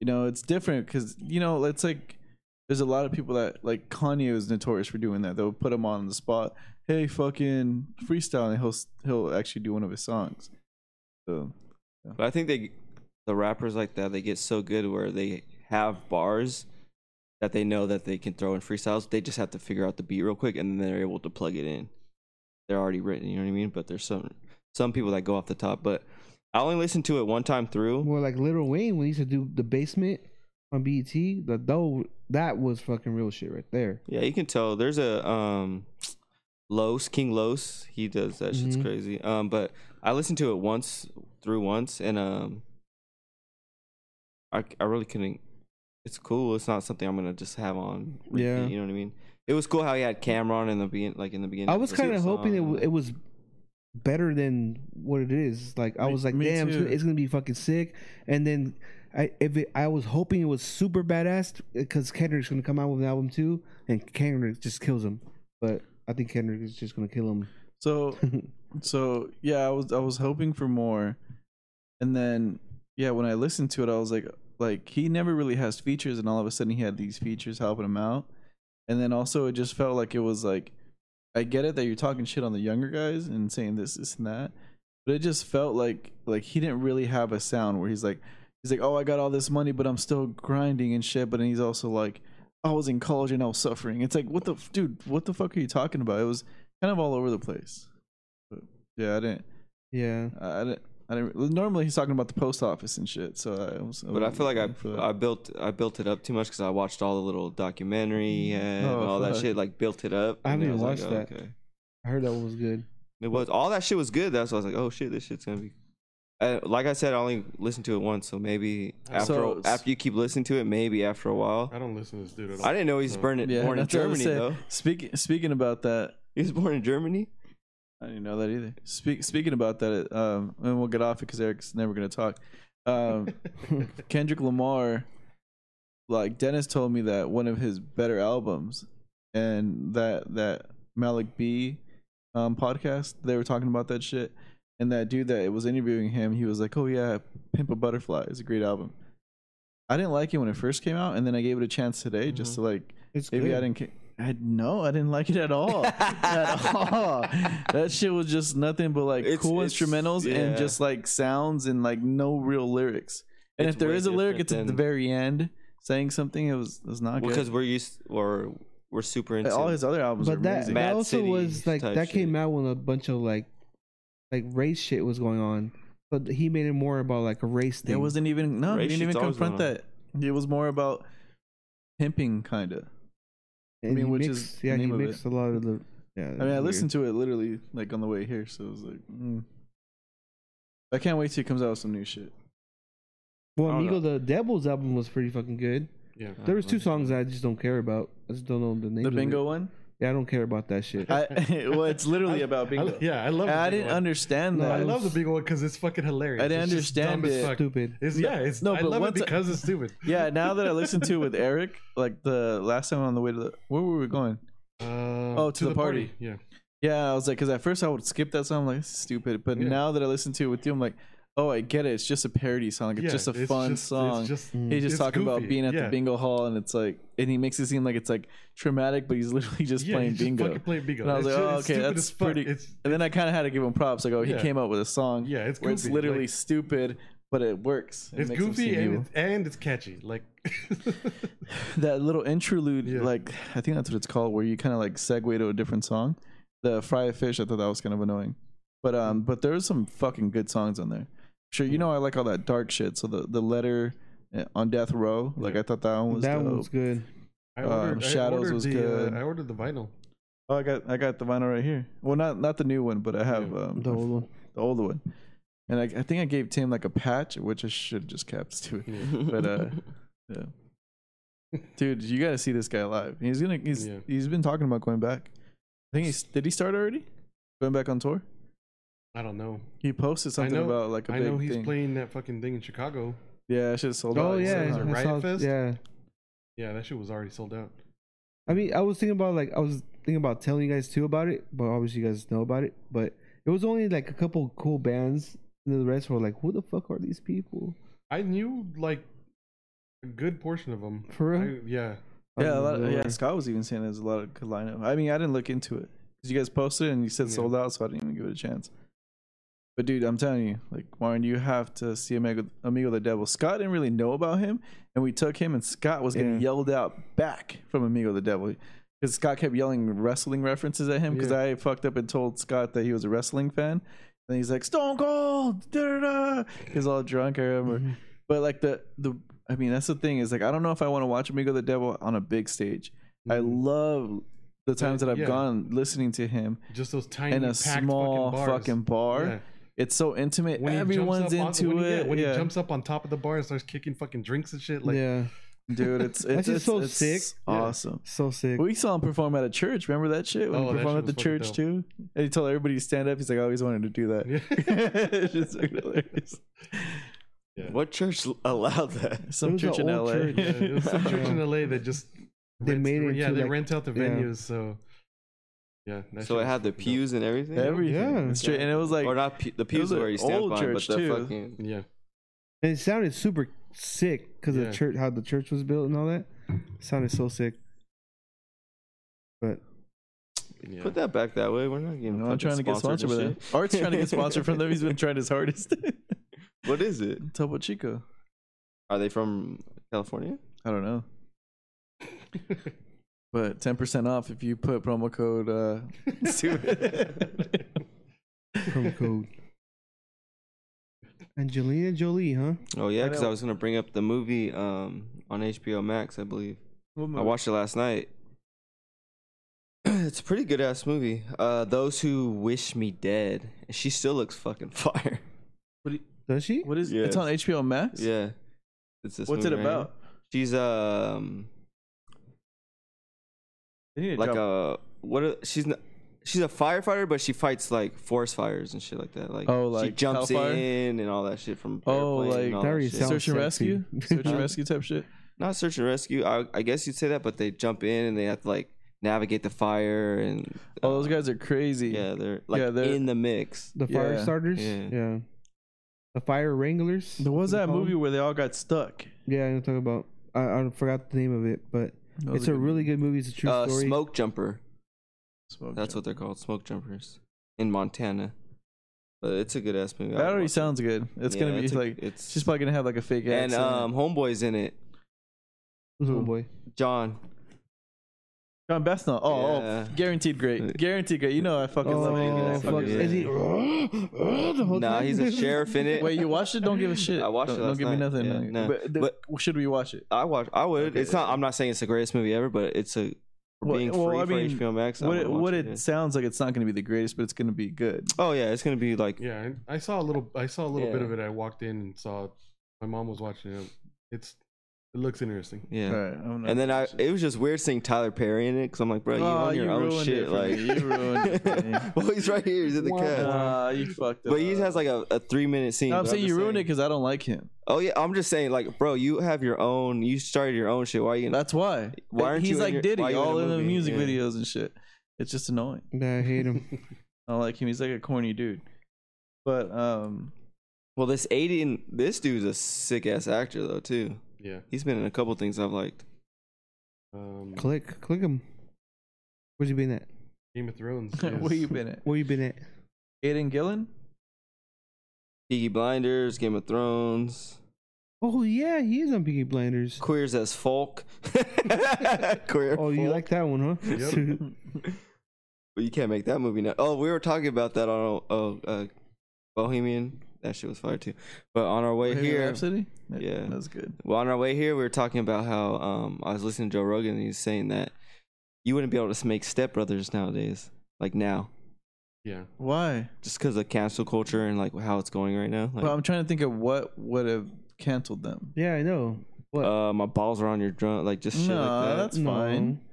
A: You know, it's different because you know it's like there's a lot of people that like Kanye is notorious for doing that. They'll put him on the spot. Hey, fucking freestyle, and he'll he'll actually do one of his songs. So
D: But I think they, the rappers like that, they get so good where they have bars that they know that they can throw in freestyles. They just have to figure out the beat real quick, and then they're able to plug it in. They're already written, you know what I mean? But there's some some people that go off the top. But I only listened to it one time through.
C: More like Little Wayne when he used to do the basement on BET. The though that was fucking real shit right there.
D: Yeah, you can tell. There's a um, Los King Los. He does that shit's
C: Mhm.
D: crazy. Um, but I listened to it once through once, and um, I I really couldn't. It's cool. It's not something I'm gonna just have on. Repeat,
C: Yeah.
D: you know what I mean. It was cool how he had Cameron in the begin, like in the beginning.
C: I was
D: the
C: kind of
D: song,
C: hoping it
D: and,
C: w-
D: like,
C: it was better than what it is. Like I
A: Me-
C: was like,
A: me
C: damn, it's
A: too.
C: gonna- it's gonna be fucking sick. And then I if it, I was hoping it was super badass because Kendrick's gonna come out with an album too, and Kendrick just kills him. But I think Kendrick is just gonna kill him.
A: so so yeah, I was I was hoping for more, and then yeah, when I listened to it, I was like, like he never really has features, and all of a sudden he had these features helping him out, and then also it just felt like it was like, I get it that you're talking shit on the younger guys and saying this, this, and that, but it just felt like like he didn't really have a sound where he's like, he's like, oh, I got all this money, but I'm still grinding and shit, but then he's also like. I was in college and I was suffering. It's like, what the f- dude? What the fuck are you talking about? It was kind of all over the place. Yeah, I didn't.
C: yeah.
A: I I didn't. I didn't. well, Normally, he's talking about the post office and shit. So I was.
D: But I feel like I
C: Mm-hmm.
A: for that.
D: I built I built it up too much because I watched all the little documentary and
A: Oh,
D: all that
A: fuck.
D: shit. Like built it up.
C: Mm-hmm. I
D: and
C: haven't
D: was
C: even
D: like,
C: watched
D: oh,
C: that. I heard that one was good.
D: It was all that shit was good. That's why I was like, oh shit, this shit's gonna be. Uh, like I said, I only listened to it once, so maybe after
A: So-
D: after you keep listening to it, maybe after a while.
B: I don't listen to this dude at all.
D: I didn't know he's
B: No.
D: born in, born in
A: that's what I was
D: Germany
A: saying.
D: though.
A: Speaking speaking about that,
D: He was born in Germany.
A: I didn't know that either. Speak, speaking about that, um, and we'll get off it because Eric's never gonna talk. Um, Kendrick Lamar, like Dennis told me that one of his better albums, and that that Malik B, um, podcast they were talking about that shit, and that dude that was interviewing him, he was like, "Oh yeah, Pimp a Butterfly is a great album." I didn't like it when it first came out, and then I gave it a chance today just to like
C: It's
A: maybe
C: good.
A: I didn't. Ca- I no, I didn't like it at all. at all. That shit was just nothing but like
D: It's-
A: cool
D: it's-
A: instrumentals
D: yeah.
A: and just like sounds and like no real lyrics. And
D: It's
A: if there
D: way
A: is a lyric,
D: different
A: it's at the
D: than-
A: very end saying something. It was it was not
D: Because
A: good.
D: we're used or we're super into.
A: All his other albums are
C: but that,
A: amazing.
D: Mad
C: that also
D: City
C: was like
D: type
C: that came
D: shit.
C: out when a bunch of like like race shit was going on but he made it more about like a race thing
A: It wasn't even no.
D: Ray
A: He didn't
D: shit's
A: even
D: always
A: confront
D: been on.
A: that. It was more about pimping, kind of.
C: And
A: mean,
C: he
A: which is
C: mixed,
A: the
C: yeah he
A: name of it.
C: mixed a lot of the yeah
A: I mean, I listened to it literally like on the way here, so it was like, mm. I can't wait till he comes out with some new shit.
C: well
D: I don't
C: amigo the devil's album was pretty fucking good
B: yeah.
C: there was two songs i just don't care about i just don't know the name
A: The bingo one.
C: yeah i don't care about that shit
A: I, well, it's literally about
B: I,
A: bingo.
B: yeah, I love.
A: And
B: the
A: I
B: big
A: didn't
B: one.
A: understand
C: No,
A: that.
B: I love the big one because it's fucking hilarious.
A: I didn't
B: It's just
A: understand
B: dumb as
A: it.
B: fuck.
C: stupid
B: It's,
A: No,
B: yeah, it's
A: no,
B: I
A: but
B: love it
A: once I-
B: because it's stupid.
A: yeah, now that I listened to it with Eric, like the last time on the way to the where were we going?
B: Uh,
A: Oh, to the party.
B: Yeah,
A: Yeah, I was like, because at first I would skip that song, I'm like this is stupid. But
B: Yeah.
A: now that I listen to it with you, I'm like, oh, I get it. It's just a parody song. Like, It's
B: yeah,
A: just a fun
B: just-
A: song.
B: It's just,
A: He's just
B: it's
A: talking
B: goofy,
A: about being at
B: yeah.
A: the bingo hall, and it's like, and he makes it seem like it's like traumatic, but he's literally just
B: yeah,
A: playing
B: he's
A: bingo.
B: fucking playing bingo.
A: And I was
B: It's
A: like,
B: ju-
A: oh,
B: it's
A: okay,
B: stupid
A: that's
B: as fuck.
A: pretty-
B: It's,
A: and then I kind of had to give him props. Like, oh, he
B: Yeah.
A: came up with a song.
B: yeah, it's
A: where
B: goofy.
A: it's literally
B: like,
A: stupid, but it works. It
B: it's
A: makes him
B: goofy
A: seem evil.
B: and, and it's catchy. Like,
A: that little interlude,
B: Yeah.
A: like I think that's what it's called, where you kind of like segue to a different song. The fry a fish, I thought that was kind of annoying, but um, but there was some fucking good songs on there. Sure, you know I like all that dark shit. So the the letter uh, on death row, like
B: Yeah.
A: I thought that one was
C: that
A: dope.
C: one was good
B: I
A: Um,
B: ordered, I
A: Shadows
B: ordered
A: was
B: the,
A: good.
B: Uh, I ordered the vinyl.
A: Oh, I got I got the vinyl right here. Well, not not the new one, but I have um,
C: The old one.
A: the older one. And I, I think I gave Tim like a patch, which I should have just kept to it. But uh, yeah. Dude, you gotta see this guy live. He's gonna he's
B: Yeah.
A: he's been talking about going back. I think he's did he start already? Going back on tour?
B: I don't know.
A: He posted something
B: know-
A: about like a
B: I
A: big
B: know he's
A: thing.
B: playing that fucking thing in Chicago.
A: yeah, I should have sold
C: Oh
A: out.
C: yeah,
B: it's
A: somehow.
B: a
C: I
B: Riot
C: saw-
B: Fest?
C: yeah.
B: Yeah, that shit was already sold out.
C: I mean, I was thinking about like I was thinking about telling you guys too about it, but obviously you guys know about it. But it was only like a couple cool bands, and the rest were like, "Who the fuck are these people?"
B: I knew like a good portion of them.
C: For real?
B: I, yeah,
C: I
A: Yeah, a
C: don't know
A: lot
C: who they
A: yeah,
C: were.
A: Scott was even saying there's a lot of good lineup. I mean, I didn't look into it because you guys posted and you said
B: Yeah.
A: sold out, so I didn't even give it a chance. But dude, I'm telling you, like Martin, you have to see Amigo, Amigo the Devil. Scott didn't really know about him, and we took him, and Scott was getting
C: Yeah.
A: yelled out back from Amigo the Devil because Scott kept yelling wrestling references at him because
B: Yeah.
A: I fucked up and told Scott that he was a wrestling fan. And he's like Stone Cold, da da da. He's all drunk. I remember. But like the the I mean that's the thing is like I don't know if I want to watch Amigo the Devil on a big stage. I
B: Mhm.
A: love the times that I've
B: yeah.
A: gone listening to him
B: just those tiny
A: in a
B: packed
A: small
B: fucking, bars.
A: fucking bar.
B: Yeah.
A: It's so intimate.
B: When he jumps
A: Everyone's
B: up on-
A: into
B: when he- yeah,
A: it.
B: when
A: yeah.
B: he jumps up on top of the bar and starts kicking fucking drinks and shit, like
C: yeah,
A: dude, it's it's,
C: That's
A: it's
C: just so
A: it's
C: sick.
B: Yeah.
A: Awesome.
C: so sick.
A: We saw him perform at a church. Remember that shit? When he
B: Oh, that
A: performed
B: shit
A: at the
B: was fucking
A: church
B: dope.
A: too, and he told everybody to stand up. He's like, I always wanted to do that.
B: Yeah.
A: It's just hilarious.
D: What church l- allowed that?
C: It
A: Some
C: was an
A: church in
C: old
A: L.A.
C: church.
B: Yeah, it was some church in LA that just
C: They
B: rents-
C: made it
B: Yeah,
C: to,
B: they
C: like-
B: rent out the
C: yeah.
B: venues, so yeah. that
D: So
B: shit
D: it
B: was
D: had the
B: fucking dope.
D: pews and everything.
A: Everything.
C: Yeah.
A: It's straight- and it was like
D: or not pe- the pews
A: was an
D: where you stand
A: old
D: on, but
A: church,
D: the
A: too.
D: fucking
B: Yeah,
C: and it sounded super sick because
B: Yeah.
C: the church, how the church was built and all that, sounded so sick. But
B: yeah.
D: put that back that way. We're not getting.
A: No, I'm
D: fucking
A: trying to get sponsored
D: sponsored
A: by
D: and
A: them.
D: shit.
A: Art's trying to get sponsored from them. He's been trying his hardest.
D: What is it?
A: Topo Chico.
D: Are they from California?
A: I don't know. But 10% off if you put promo code. Uh,
C: promo code Angelina Jolie, huh?
D: Oh yeah,
A: I
D: because I
A: don't-
D: was gonna bring up the movie um on HBO Max, I believe.
A: what
D: I
A: movie?
D: watched it last night. it's a pretty good ass movie. Uh, Those who wish me dead. She still looks fucking fire.
C: Does she?
A: What is
D: Yes.
A: It's on HBO Max?
D: yeah. It's this
A: What's it
D: movie right
A: about?
D: here. She's um
A: They need to
D: like
A: drop-
D: a what? Are, she's not, she's a firefighter, but she fights like forest fires and shit like that. Like
A: Oh,
D: she
A: like
D: jumps
A: Hellfire?
D: in and all that shit from
A: Oh,
D: airplane and
A: like-
D: all
C: That already
D: shit.
C: sounds-
A: search and
C: sexy.
A: rescue? Search and
D: Huh?
A: rescue type shit?
D: not search and rescue. I, I guess you'd say that, but they jump in and they have to like navigate the fire and uh,
A: Oh, those guys are crazy.
D: Yeah, they're like
A: Yeah, they're-
D: in the mix.
C: The fire
A: Yeah.
C: starters?
D: Yeah.
C: Yeah. The fire wranglers?
A: There was
C: What do
A: that
C: you call
A: movie
C: 'em?
A: where they all got stuck.
C: Yeah, I'm talking about. I, I forgot the name of it, but
A: That was
C: it's a,
A: good
C: really good movie. It's a true
D: Uh,
C: story.
D: smoke jumper.
A: Smoke
D: That's
A: job.
D: what they're called, smoke jumpers in Montana. But it's a good ass movie.
A: That
D: I would
A: already
D: watch it.
A: sounds good. It's
D: Yeah,
A: going to be
D: a-
A: like.
D: it's
A: She's probably going to have like a fake
D: and
A: accent.
D: um, homeboy's in it.
C: Who's
A: Who?
C: homeboy?
D: John.
A: John Bethnal. Oh,
D: Yeah.
A: oh, guaranteed great. Guaranteed great. You know I fucking love
D: maybe
C: Oh,
A: it.
D: that's
C: fuck.
D: fucking
C: Is he. Oh,
D: it.
C: the whole
D: Nah,
C: time?
D: he's a sheriff in it.
A: Wait, you watched it? Don't give a shit.
D: I watched
A: don't,
D: it last
A: Don't give
D: night.
A: me
D: Yeah,
A: nothing.
D: no.
A: But, th- should we watch it?
D: I watch. I would.
A: Okay,
D: it's not. I'm not saying it's the greatest movie ever, but it's a for
A: Well-
D: being
A: well,
D: free
A: I mean,
D: for HBO Max. I
A: what
D: would
A: it,
D: watch
A: what it
D: yeah.
A: sounds like, it's not going to be the greatest, but it's going to be good.
D: Oh yeah, it's gonna be like
B: Yeah, and I saw a little. I saw a little bit
D: Yeah.
B: of it. I walked in and saw. My mom was watching it. It's. It looks interesting.
D: yeah.
A: All right, I'm not
D: And then I,
A: watching it.
D: it was just weird seeing Tyler Perry in it because I'm like, bro, you
A: Oh,
D: own your
A: you
D: own
A: ruined it
D: shit.
A: for
D: Like,
A: me. You ruined it for me.
D: well, he's right here. He's in the
C: Wah,
D: cast.
A: Nah, you fucked up.
D: But he has like a, a three minute scene.
A: No, I'm
D: but
A: saying you
D: just
A: ruined it
D: saying-
A: because I don't like him.
D: Oh yeah, I'm just saying, like, bro, you have your own. You started your own shit. Why are you?
A: That's why.
D: Why aren't
A: He's
D: you in
A: like
D: your-
A: Diddy,
D: why are you in
A: all
D: the
A: in the
D: movie?
A: music
D: Yeah.
A: videos and shit. It's just annoying.
C: Nah, I hate
A: Hmm.
C: him.
A: I don't like him. He's like a corny dude. But um,
D: Well, this Aiden, this dude's a sick ass actor though too.
B: Yeah.
D: He's been in a couple things I've liked.
B: Um,
C: click, click him. Where's he been at?
B: Game of Thrones.
A: where
B: is-
A: you been at?
C: Where you been at?
A: Aiden Gillen?
D: Peaky Blinders, Game of Thrones,
C: Oh, yeah, he is on Peaky Blinders.
D: Queers as Folk. Queer.
C: Oh, you
D: folk.
C: like that one, huh?
B: Yep.
D: But you can't make that movie now. Oh, we were talking about that on oh, uh, Bohemian. That shit was fire too. But on our way
A: Bohemian
D: here,
A: Rhapsody?
D: Yeah.
A: That's good.
D: well, on our way here, we were talking about how um, I was listening to Joe Rogan and he's saying that you wouldn't be able to make Step Brothers nowadays. Like now,
B: Yeah.
A: Why?
D: just because of cancel culture and like how it's going right now. Like,
A: Well, I'm trying to think of what would have canceled them.
C: Yeah, I know. What?
D: uh, my balls are on your drum. Like just shit
A: No,
D: like that.
A: that's fine.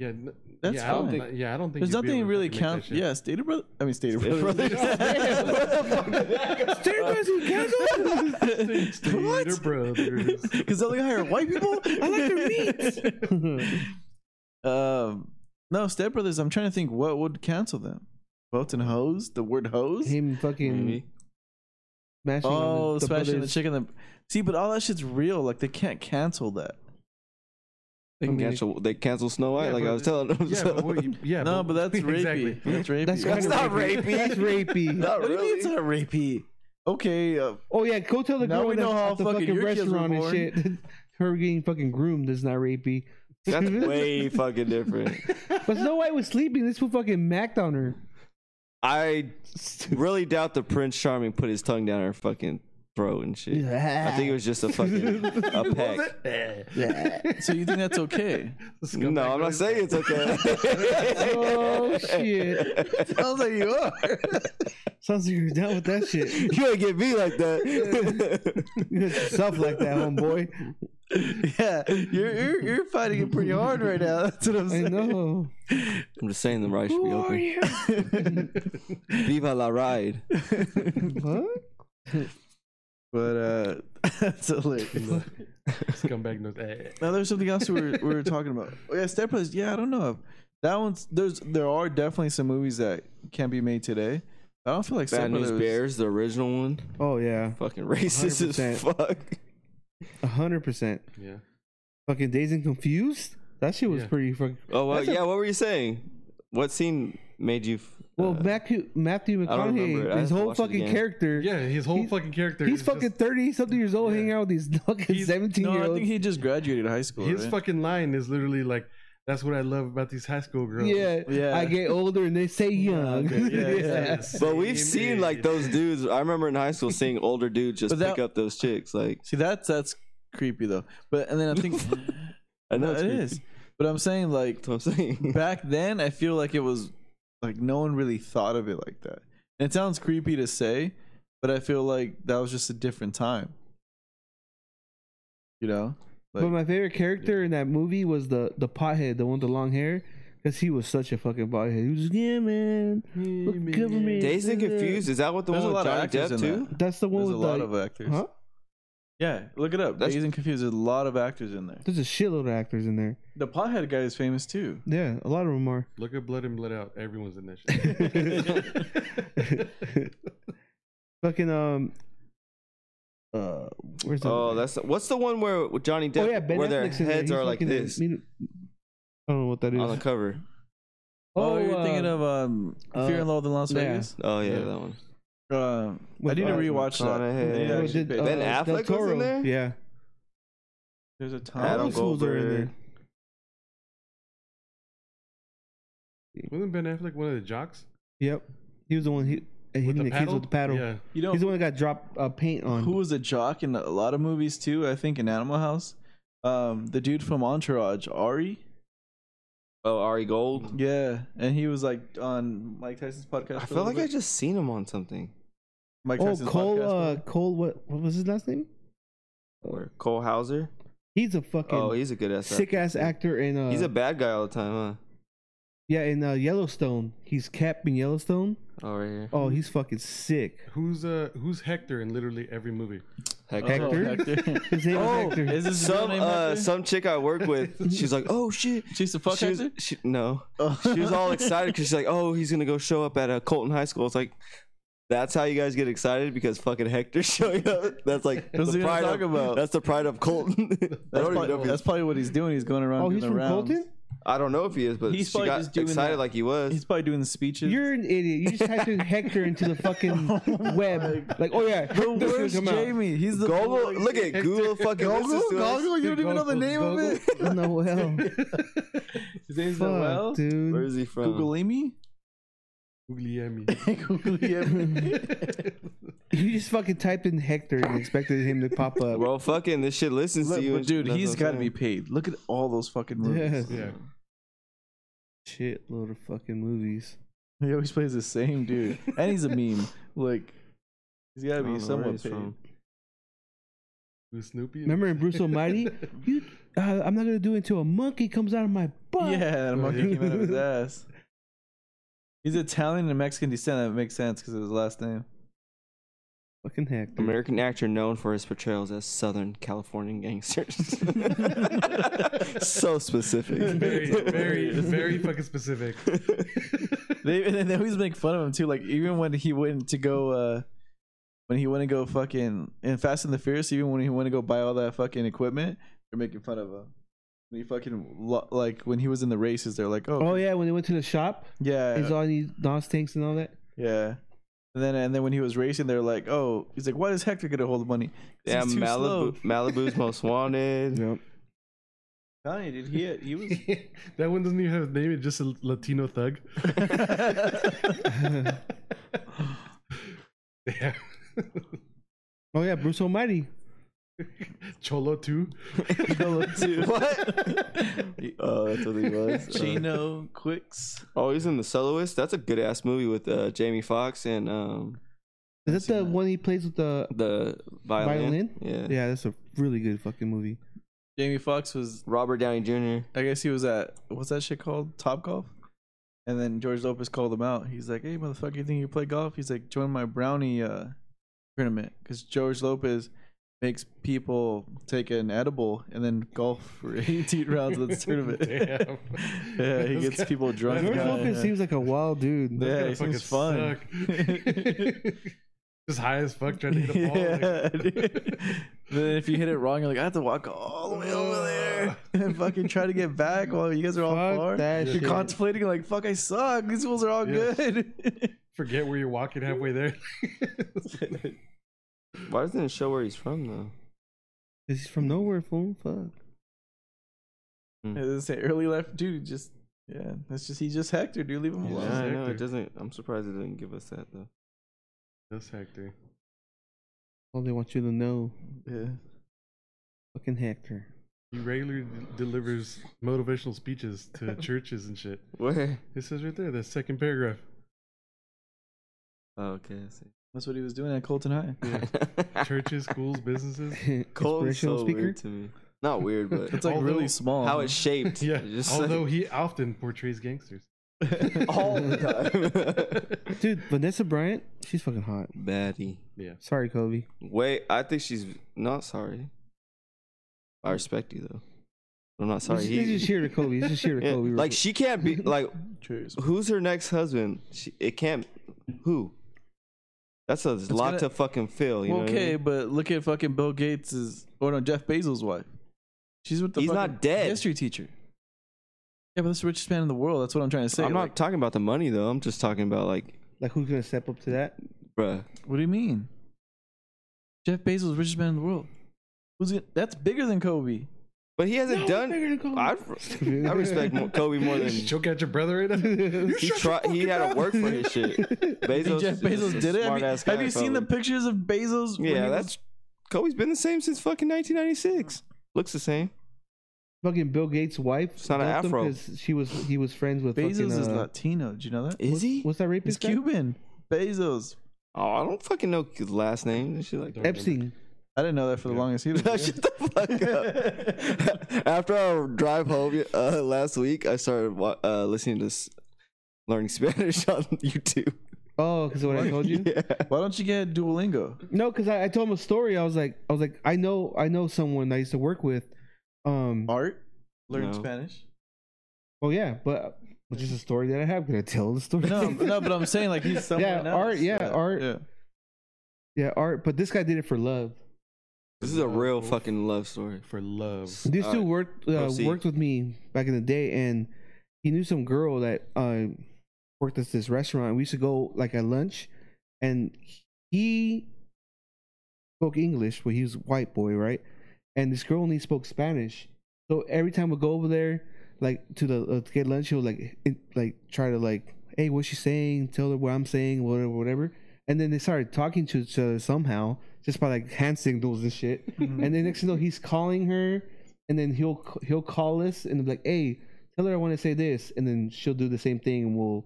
B: Yeah. n-
A: That's
B: yeah, I don't
A: fine.
B: think, yeah, I don't think
A: There's
B: you'd be
A: nothing
B: able to
A: really
B: fucking make
A: count.
B: that shit.
A: Yeah, Stater Brothers. I mean, Stater
D: Stater
A: Brothers.
C: Stater Brothers is canceled?
B: Stater
A: What?
B: Brothers.
A: Because they only hire white people.
C: I like their meats.
A: Um, no, Step Brothers. I'm trying to think what would cancel them. Boats and hose. The word hose.
C: Him fucking
D: Maybe.
C: smashing. on
A: oh,
C: the, the
A: smashing the
C: brothers.
A: chicken. The... See, but all that shit's real. Like they can't cancel that.
D: They
C: I
D: can
C: mean-
D: cancel. They cancel Snow White.
B: Yeah,
D: like
B: but-
D: I was telling them.
B: Yeah,
D: so.
B: but what you, yeah.
A: no, but that's rapey.
B: Exactly.
A: That's rapey.
C: That's
D: That's
C: kinda
D: not rapey.
C: That's rapey.
D: Not
A: What do you mean
D: really.
A: it's not rapey? Okay. Uh,
C: Oh yeah, go tell the
A: Now
C: girl
A: we
C: that's
A: know how
C: at the
A: fucking
C: fucking
A: your kids were
C: restaurant and
A: born.
C: shit. Her getting fucking groomed is not rapey.
D: That's way fucking different.
C: But Snow White was sleeping. This fool fucking macked on her.
D: I really doubt the Prince Charming put his tongue down her fucking throat and shit. I think it was just a fucking a peck.
A: so you think that's okay?
D: No, I'm not saying it's
C: Oh
D: okay.
C: shit!
A: Sounds like you are.
C: Sounds like you're down with that shit.
D: you ain't get me like that.
C: You got yourself like that, homeboy.
A: yeah, you're, you're you're fighting it pretty hard right now. That's what I'm
C: I
A: saying.
C: know.
D: I'm just saying the ride should be
C: Who are
D: open.
C: you?
D: Viva la ride.
C: What?
A: But uh, that's hilarious.
B: Scumbag knows. eh.
A: Now there's something else we were, we were talking about. Oh, yeah, Step Brothers. Yeah, I don't know. That one's there's there are definitely some movies that can be made today. I don't feel like Step
D: Bad News
A: Brothers.
D: Bears, the original one.
C: Oh yeah,
D: Fucking racist as
C: 100%.
D: fuck.
C: a hundred percent.
B: Yeah.
C: Fucking Dazed and Confused. That shit was
B: Yeah.
C: pretty fucking.
D: Oh, well,
C: That's a-
D: yeah, what were you saying? What scene made you. f-
C: Well,
D: uh,
C: Matthew, Matthew
D: I don't remember. I
C: McConaughey,
D: have
C: his
D: to
C: whole
D: watch it
C: fucking
D: again.
C: character.
B: Yeah, his whole
C: He's-
B: fucking character.
C: He's
B: is
C: fucking
B: just-
C: thirty something years old,
B: Yeah.
C: hanging out with these fucking
B: He's-
C: seventeen
A: No,
C: year
A: I
C: olds.
A: think he just graduated high school.
B: his
A: right?
B: fucking line is literally like, "That's what I love about these high school girls."
C: Yeah,
A: Yeah.
C: I get older and they say young.
A: okay. Yeah,
C: Yeah.
A: yeah.
D: But we've seen like those dudes. I remember in high school seeing older dudes just
A: But that-
D: pick up those chicks. Like
A: See, that's that's creepy though. But and then I think
D: I know
A: it is. But I'm saying like
D: That's what I'm saying.
A: back then I feel like it was like no one really thought of it like that. And it sounds creepy to say, but I feel like that was just a different time. You know? Like,
C: but my favorite character in that movie was the the pothead, the one with the long hair, because he was such a fucking pothead. He was just, yeah, man, look, cover me.
D: Dazed and Confused. Is that what the
A: There's a
D: one with
A: lot of
D: Johnny
A: actors
D: Depp
A: in
D: too?
C: That's the one
A: there's a
C: with the
A: lot of actors.
C: huh?
A: Yeah, look it up.
D: That's-
A: Dazed and Confused. There's a lot of actors in there.
C: There's a shitload of actors in there.
A: The pothead guy is famous too.
C: Yeah, a lot of them are.
B: Look at Blood and Blood Out. Everyone's in that shit.
C: Fucking um, uh, where's the
D: Oh, that's what's the one where with Johnny Depp
C: oh yeah, ben
D: where their
C: Affleck's in there.
D: heads
C: He's
D: are like
C: fucking in-
D: this
C: I don't know what that is.
D: on the cover.
A: Oh, you're
C: uh,
A: thinking of um, Fear
C: uh,
A: and Loathing in Las
C: yeah.
A: Vegas.
D: Oh yeah,
B: Yeah.
D: that one.
A: Um, I
C: With,
A: need to
C: uh,
A: rewatch that. Yeah,
C: Oh,
D: McConaughey.
A: I
D: Actually,
A: should
C: did,
A: pay
C: uh,
D: Ben
A: attention.
C: Del
D: Affleck was in
C: Toro.
D: there?
C: Yeah,
A: There's a
C: All
A: time.
D: Adam
C: those fools are in
D: Goldberg.
C: there.
B: Wasn't Ben Affleck one of the jocks
C: Yep. He was the one he and he
B: with the
C: the kids
B: paddle?
C: with the paddle.
B: Yeah,
A: You know
C: He's the one that got dropped uh, paint on.
A: who was a jock in a lot of movies too. I think in Animal House, um, the dude from Entourage, Ari.
D: Oh Ari Gold.
A: Yeah, and he was like on Mike Tyson's podcast.
D: I
A: a
D: feel
A: little
D: like I
A: bit.
D: just seen him on something.
A: Mike
C: oh,
A: Tyson's
C: Cole.
A: podcast.
C: Uh, Cole. What? What was his last name?
D: Where Cole Hauser.
C: He's a fucking
D: Oh, he's a good ass.
C: sick ass actor in. Uh,
D: He's a bad guy all the time,
C: yeah in uh, Yellowstone. He's Cap in Yellowstone.
D: huh? Oh right here.
C: Oh, he's fucking sick.
B: who's uh who's Hector in literally every movie?
A: Oh,
D: Hector.
C: Hector? His name
D: Oh,
C: is Hector.
A: Is this
D: Some uh, some chick I work with, she's like, "Oh shit,
A: She's the fuck
D: she was,
A: actor?
D: she, no,
A: Oh.
D: she was all excited because she's like, "Oh, he's gonna go show up at uh, Colton High School." It's like, that's how you guys get excited because fucking Hector showing up. That's like
A: What's he gonna
D: the pride
A: talk
D: of,
A: about?
D: That's the pride of Colton. I,
A: That's
D: don't even know
A: probably,
D: if he's,
A: that's probably what he's doing. He's going around.
C: oh,
A: doing
C: he's
A: the
C: from
A: rounds.
C: Colton.
D: I don't know if he is, but
A: He's
D: she
A: probably
D: got
A: just doing
D: excited
A: that.
D: like he was.
A: He's probably doing the speeches.
C: You're an idiot. You just typed in Hector into the fucking web. Like, oh yeah,
A: Oh the
C: Hector's gonna
A: worst
C: come out.
A: Jamie. He's the
D: Google, look at Google fucking
A: Goggle.
D: listens to
C: Oh,
D: us.
A: Goggle. You don't even know the name of it.
C: Noel.
A: His name's Noel.
C: Fuck, dude.
D: Where is he from?
A: Google Amy.
B: Guglielmi.
A: Google Amy.
C: you just fucking typed in Hector and expected him to pop up.
D: Well, fucking this shit listens
A: Look,
D: to you,
A: but
D: and
A: dude,
D: that's
A: he's
D: what I'm
A: got to be
D: saying.
A: paid. Look at all those fucking movies.
B: Yeah.
C: Shit, load of fucking movies.
A: He always plays the same dude, and he's a meme. Like he's got
D: I
A: to
D: don't know
A: be
D: where
A: somewhat
D: he's
A: paid.
D: from.
B: Who's Snoopy?
C: Remember in Bruce Almighty? You, uh, I'm not gonna do it until a monkey comes out of my butt.
A: Yeah, the monkey
B: yeah.
A: came out of his ass. He's Italian and Mexican descent. That makes sense because of his last name.
C: Fucking Hector.
D: American actor known for his portrayals as Southern Californian gangsters. so specific.
B: very, very, very fucking specific.
A: They and they always make fun of him too. Like even when he went to go, uh when he went to go fucking in Fast and the Furious, even when he went to go buy all that fucking equipment, they're making fun of him. When he fucking lo- like when he was in the races, they're like, oh,
C: Oh yeah, when they went to the shop,
A: yeah,
C: he's all these Nos tanks and all that.
A: yeah. And then and then when he was racing, they're like, oh, he's like, why does Hector get a hold of money? 'Cause
D: Yeah,
A: he's too slow."
D: Malibu, Malibu's most wanted.
C: Yep.
A: I'm telling you, dude, he he was
B: that one doesn't even have a name. It's just a Latino thug. yeah.
C: Oh yeah, Bruce Almighty.
B: Cholo too.
D: what? Oh, that's what he was. Uh,
A: Chino Quicks.
D: Oh, he's in The Soloist. That's a good ass movie with uh, Jamie Foxx and um,
C: Is that the one he plays with the?
D: the violin.
C: Violin?
D: Yeah.
C: Yeah, that's a really good fucking movie.
A: Jamie Foxx was
D: Robert Downey Jr.
A: I guess he was at what's that shit called? Top golf? And then George Lopez called him out. He's like, Hey motherfucker, you think you play golf? He's like, Join my brownie uh tournament. Because George Lopez makes people take an edible and then golf for eighteen rounds of this tournament.
B: Damn.
A: yeah, he gets people drunk.
C: George
B: George
A: Yeah,
C: Lopez
A: yeah.
C: seems like a wild dude.
A: Yeah,
B: Gotta
A: he seems fun.
B: fucking suck. just high as fuck trying to hit a ball.
A: Yeah,
B: like-
A: dude. then if you hit it wrong, you're like, I have to walk all the way over there and fucking try to get back while you guys are all far.
C: Fuck that
A: You're
C: shit.
A: contemplating like, fuck, I suck. These fools are all
B: Yeah.
A: good.
B: Forget where you're walking halfway there.
D: Why doesn't it show where he's from though?
C: He's from nowhere, fool. Fuck.
A: I didn't say early life, dude. Just yeah, that's just he's just Hector, dude. Leave him
B: He's
A: alone.
B: just-
D: Yeah, I know
B: actor.
D: it doesn't. I'm surprised it didn't give us that though.
B: That's Hector.
C: All they want you to know,
A: Yeah.
C: fucking Hector.
B: He regularly d- delivers motivational speeches to churches and shit.
D: Where?
B: It says right there, that second paragraph.
D: Oh, okay. I see.
A: that's what he was doing at Colton High.
B: Churches, schools, businesses.
D: Cole's
C: Inspirational
D: so
C: speaker.
D: weird to me. Not weird, but
A: It's like
B: Although-
A: really small.
D: how it's shaped.
B: Yeah.
D: It's Just
B: Although he often portrays gangsters.
D: like, all the time.
C: Dude, Vanessa Bryant, she's fucking hot.
D: Baddie.
B: Yeah.
C: Sorry, Kobe.
D: Wait, I think she's not sorry. I respect you though. I'm not sorry.
C: He's,
D: He-
C: he's just here to Kobe. He's just here to
D: yeah,
C: Kobe.
D: like she can't be like
A: Cheers.
D: who's her next husband? She, it can't. Who? That's a lot
A: gonna-
D: to fucking fill. You know what I
A: okay,
D: mean?
A: but look at fucking Bill Gates' or no Jeff Bezos' wife. She's with the
D: He's
A: fucking
D: not dead.
A: history teacher. Yeah, but that's the richest man in the world. That's what I'm trying to say.
D: I'm
A: like,
D: not talking about the money though. I'm just talking about like,
C: like who's gonna step up to that?
D: bruh.
A: what do you mean? Jeff Bezos, richest man in the world. Who's gonna, that's bigger than Kobe?
D: But he hasn't done. I, I respect mo- Kobe more than
B: Choke at your brother right now. You
D: he
B: shut
D: tried. He had to work for his shit. Bezos.
A: Think Jeff Bezos did it. Have you,
D: Smart-ass
A: have
D: guy,
A: you seen the
D: probably.
A: pictures of Bezos? when he
D: Yeah,
A: was-
D: that's Kobe's been the same since fucking 1996. Looks the same.
C: fucking Bill Gates' wife.
D: It's not an
C: dumped him
D: afro.
C: 'cause She was he was friends with
A: Bezos
C: fucking,
A: is
C: uh,
A: Latino. Do you know that?
D: Is he?
C: What's that
A: He's
C: rapist? guy?
A: Cuban. Bezos.
D: Oh, I don't fucking know his last name. and shit like that.
C: Epstein.
A: I didn't know that for the
B: Yeah.
A: longest either.
D: No, shut the fuck up. After our drive home uh, last week, I started wa- uh, listening to s- learning Spanish on YouTube.
C: Oh, because what I told you.
D: Yeah.
A: Why don't you get Duolingo?
C: No, because I, I told him a story. I was like, I was like, I know, I know someone I used to work with. Um.
A: Art? Learn
D: No.
A: Spanish?
C: Oh yeah, but but just a story that I have. Can I tell the story?
A: No, no, but I'm saying like he's someone
C: Yeah,
A: else.
C: art, yeah, art.
A: Yeah.
C: Yeah, art. But this guy did it for love.
D: This is a real fucking love story.
B: For love.
C: This
D: All
C: dude
D: right,
C: worked uh,
D: proceed.
C: worked with me back in the day, and he knew some girl that uh, worked at this restaurant. We used to go like at lunch, and he spoke English, but he was a white boy, right? And this girl only spoke Spanish. So every time we go over there, like to the uh, to get lunch, he'll like in, like try to like, hey, what's she saying? Tell her what I'm saying, whatever, whatever. And then they started talking to each other somehow, just by like hand signals and shit. And then next thing you know, he's calling her, and then he'll he'll call us and be like, "Hey, tell her I want to say this," and then she'll do the same thing, and we'll,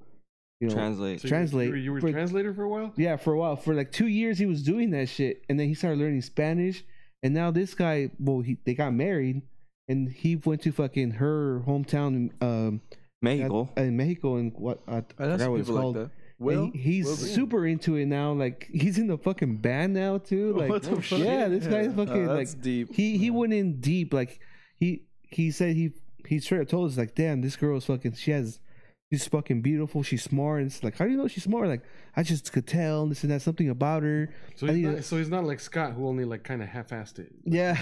C: you know,
D: Translate.
B: you-
C: Translate.
B: You were, you were
C: For-
B: translator for a while.
C: yeah, for a while, for like two years, he was doing that shit, and then he started learning Spanish, and now this guy, well, he they got married, and he went to fucking her hometown, um,
D: Mexico.
C: at- in Mexico, and what I
A: I know
C: forgot
A: some
C: what it's
A: people like
C: called.
A: that.
C: Well,
A: Will-
C: he's
A: Will Green.
C: super into it now. Like he's in the fucking band now too. Like
A: What the fuck?
C: yeah, this guy's
A: Oh,
C: fucking like
A: that's deep.
C: he he went in deep. Like he he said he he straight up told us like, damn, this girl is fucking. She has she's fucking beautiful. She's smart. And it's like, how do you know she's smart? Like I just could tell this and that something about her.
B: So
C: I
B: he's,
C: need
B: not, so he's not like Scott, who only like kind of half-assed it.
C: Yeah,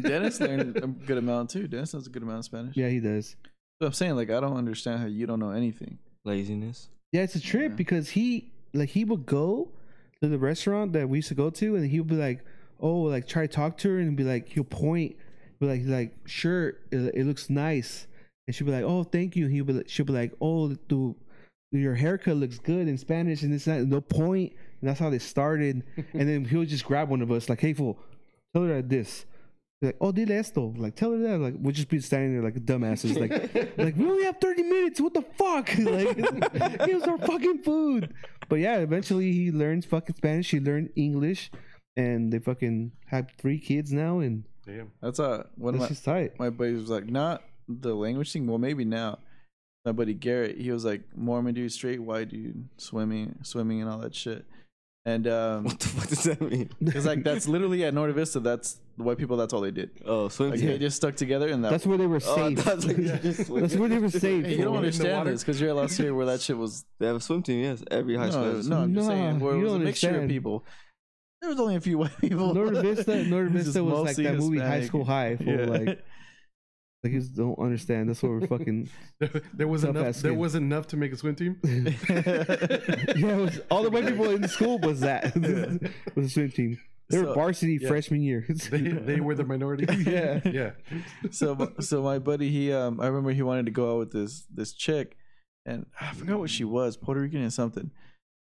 A: Dennis learned a good amount too. Dennis knows a good amount of Spanish.
C: yeah, he does.
A: So I'm saying like I don't understand how you don't know anything.
D: Laziness.
C: Yeah, it's a trip
A: Yeah.
C: because he like he would go to the restaurant that we used to go to, and he would be like, "Oh, like try to talk to her," and be like, he'll point, be like, "Like sure, it, it looks nice," and she'd be like, "Oh, thank you." And he'll be like, she'll be like, "Oh, do your haircut looks good in Spanish," and it's not no point, and that's how they started. and then he'll just grab one of us, like, "Hey, fool, tell her this." Be Like, oh, dile esto. Like, tell her that. Like, we'll just be standing there like dumbasses. Like, like we only have 30 minutes. What the fuck? Like, it was our fucking food. But yeah, eventually he learns fucking Spanish. He learned English. And they fucking have three kids now. And
B: Damn.
A: That's uh one of
C: that's
A: my
C: just tight.
A: my buddies was like not the language thing. Well, maybe now. My buddy Garrett, he was like Mormon dude, straight white dude, swimming, swimming, and all that shit. And um,
D: What the fuck does that mean?
A: It's like that's literally at Norte Vista. That's the white people. That's all they did.
D: Oh, swim
A: Like
D: team.
A: they just stuck together and that.
C: That's where they were
D: oh,
C: safe.
D: that's like just swim.
C: That's where they were safe.
A: Hey, you don't
B: In the
A: understand
B: water?
A: this because you're last year where that shit was.
D: They have a swim team. Yes, every high school.
A: No,
D: has a
A: no, I'm just
C: No,
A: saying where it
C: you
A: was a
C: don't
A: mixture
C: understand.
A: of people. There was only a few white people.
C: North Vista,
A: It's
C: North
A: just
C: Vista was like
A: mostly
C: that movie High
A: Hispanic.
C: School High. For
A: Yeah.
C: like, like you just don't understand. That's where we're fucking.
B: There, there was
C: Tough
B: enough.
C: ass
B: There
C: kid.
B: was enough to make a swim team.
C: Yeah, it was, all the white people in the school was that. was a swim team. They were
A: So,
C: varsity freshman year.
B: They, they were the minority.
C: yeah.
B: Yeah.
A: so so my buddy he um I remember he wanted to go out with this this chick and I forgot what she was, Puerto Rican or something.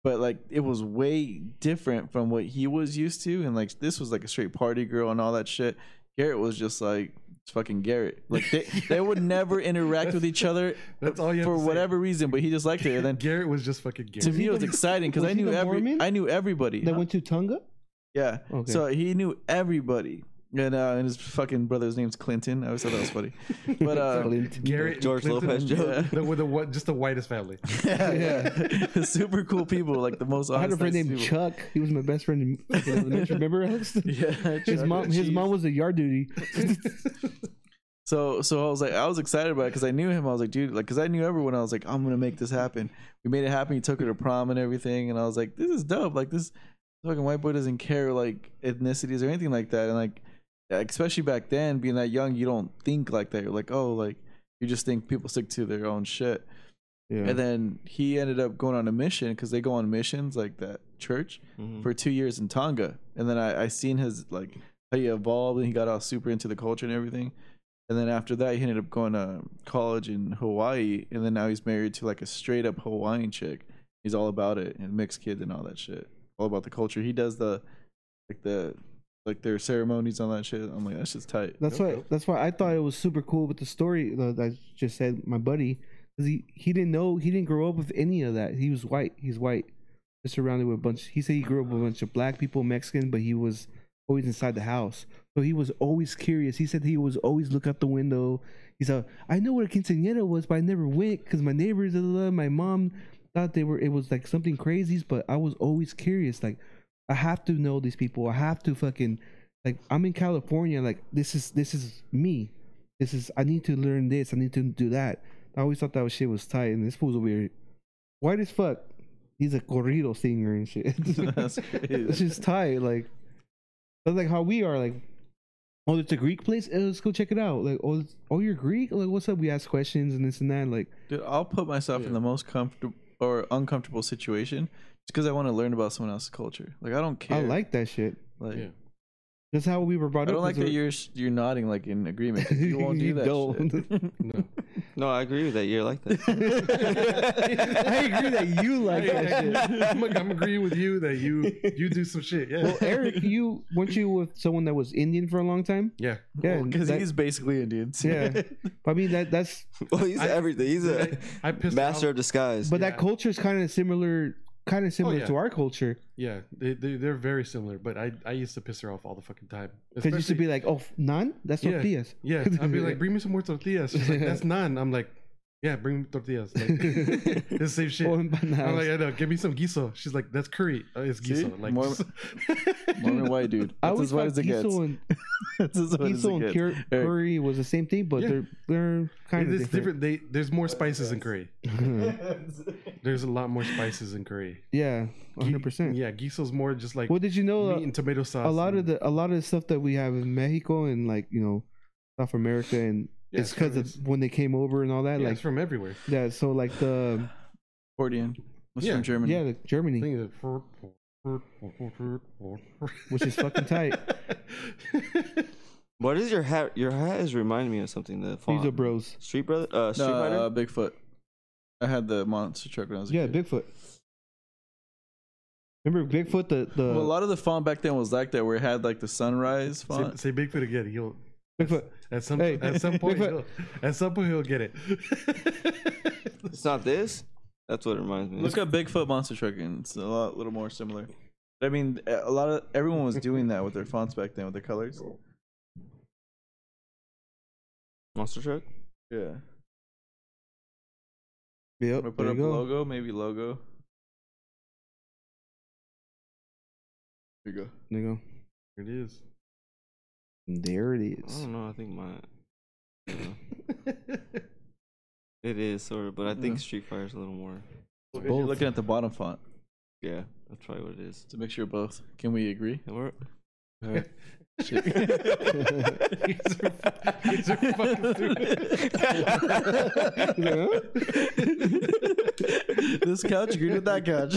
A: But like it was way different from what he was used to and like this was like a straight party girl and all that shit. Garrett was just like it's fucking Garrett. Like they they would never interact with each other
B: That's all you have
A: for
B: to say.
A: whatever reason, but he just liked it. And then
B: Garrett was just fucking
A: to
B: Garrett.
A: me it was exciting because
C: was
A: I
C: he
A: knew
C: the
A: every
C: Mormon
A: I knew everybody.
C: They went to Tonga.
A: Yeah.
C: Okay.
A: So he knew everybody. And uh and his fucking brother's name's Clinton. I always thought that was funny. But uh
B: Garrett, and
D: George
B: Clinton,
D: Lopez joke.
A: yeah.
B: They were the what? Just the whitest family.
A: yeah. super cool people, like the most
C: I had
A: honest.
C: a friend
A: nice
C: named
A: people.
C: Chuck. He was my best friend in fucking elementary. Remember Alex?
A: Yeah,
C: His
A: Chuck.
C: mom, his mom was a yard duty.
A: So, so I was like, I was excited about it because I knew him. I was like, dude, like, because I knew everyone. I was like, I'm gonna make this happen. We made it happen. He took her to prom and everything, and I was like, this is dope. Like this fucking white boy doesn't care like ethnicities or anything like that. And like, especially back then, being that young, you don't think like that. You're like, oh, like you just think people stick to their own shit.
C: Yeah.
A: And then he ended up going on a mission because they go on missions like that church
D: Mm-hmm.
A: for two years in Tonga, and then I, I seen his like how he evolved and he got all super into the culture and everything. And then after that, he ended up going to college in Hawaii, and then now he's married to like a straight up Hawaiian chick. He's all about it and mixed kids and all that shit, all about the culture. He does the like the like their ceremonies on that shit. I'm like that's just tight.
C: That's why. That's why I thought it was super cool with the story that I just said. My buddy, because he he didn't know he didn't grow up with any of that. He was white. He's white. Just surrounded with a bunch. He said he grew up with a bunch of black people, Mexican, but he was always inside the house. So he was always curious. He said he was always look out the window. He said, "I know where quinceañera was, but I never went because my neighbors, blah, blah, blah, my mom thought they were. It was like something crazy, but I was always curious. Like, I have to know these people. I have to fucking like I'm in California. Like this is this is me. This is I need to learn this. I need to do that. I always thought that shit was tight, and this fool's weird. White as fuck. He's a corrido singer and shit.
A: That's
C: it's
A: crazy.
C: just tight. Like that's like how we are. Like oh, it's a Greek place. Eh, let's go check it out. Like oh, it's- oh, you're Greek. Like what's up? We ask questions and this and that. Like
A: Dude, I'll put myself in the most comfortable or uncomfortable situation just because I want to learn about someone else's culture. Like I don't care.
C: I like that shit.
A: like
B: Yeah.
C: That's how we were
A: I
C: brought up.
A: don't like
C: as a-
A: that you're you're nodding like in agreement. 'cause You won't do
C: You
A: that.
C: don't.
A: shit.
B: No.
D: No, I agree with that. You're like that.
C: I agree that you like
B: Hey,
C: that shit.
B: I- I'm, I'm agreeing with you that you you do some shit. Yeah.
C: Well, Eric, you weren't you with someone that was Indian for a long time?
B: yeah.
C: Yeah,
A: because
C: that-
A: he's basically Indian. too.
C: Yeah. I mean that that's
D: well, he's
B: I-
D: everything. He's a
B: I pissed
D: master
B: Off.
D: of disguise.
C: but
B: Yeah.
C: that culture is kind of similar, kind
A: Oh,
C: of similar
B: yeah.
C: to our culture
B: Yeah, they, they they're very similar, but I I used to piss her off all the fucking time.
C: because used to be like, oh, none. That's
B: Yeah.
C: tortillas.
B: yeah, I'd be like, bring me some more tortillas. She's like, that's none. I'm like, yeah, bring me tortillas. Like, it's the same shit.
C: Or
B: I'm like,
C: Oh, empanadas.
B: I know, give me some guiso. She's like, that's curry. Uh, it's
A: See?
B: guiso. Like,
A: More- Mormon white dude.
C: I
A: That's
C: always
A: as white
C: thought
A: as it gets.
C: queso and,
A: That's as white as
C: queso
A: it
C: and
A: gets.
C: cur-
A: Eric.
C: curry was the same thing, but
B: Yeah.
C: they're they're kind of
B: it's
C: different.
B: different. They there's more spices in curry. There's a lot more spices in curry.
C: yeah,
B: Gui-
C: hundred percent.
B: Yeah, guiso's more just like
C: Well, did you know
B: meat
C: uh,
B: and tomato sauce.
C: a lot of
B: and-
C: the a lot of the stuff that we have in Mexico and like you know South America and
B: Yeah,
C: it's because
B: it's-
C: of when they came over and all that.
B: yeah,
C: like
B: it's from everywhere.
C: yeah, so like the
A: Accordion. Was
B: Yeah.
A: from Germany.
C: yeah like Germany.
B: I think it's-
C: Which is fucking tight.
D: what is your hat? Your hat is reminding me of something. The
C: These are
D: font.
C: bros.
D: Street brother. Uh,
A: No,
D: street rider.
A: uh, Bigfoot. I had the monster truck when I was a
C: Yeah,
A: kid.
C: Bigfoot. Remember Bigfoot? The the
A: well, a lot of the font back then was like that, where it had like the sunrise
B: say,
A: font.
B: say Bigfoot again. He'll
C: Bigfoot.
B: at some
C: Hey,
B: at some point
C: Bigfoot.
B: he'll, at some point he'll get it.
D: it's not this. That's what it reminds me. of.
A: Look up Bigfoot monster truck, and it's a lot, little more similar. I mean, a lot of everyone was doing that with their fonts back then, with their colors.
D: Monster truck.
A: Yeah,
C: Yep.
A: i put
C: there
A: up
C: you go.
A: logo, maybe logo. There you go.
C: There you go.
B: There it is.
C: There it
D: I
C: is.
D: don't know. I think my. I don't know.
A: Oh.
D: It is sort of, but I think
A: Yeah.
D: Street Fighter is a little more.
A: Look, you're
C: Both.
A: looking at the bottom font.
D: Yeah, that's probably what it is.
A: It's a mixture of both. Can we agree?
D: And we're-
A: All right. Shit.
B: These are fu- these are fucking stupid.
A: this couch agreed with that couch.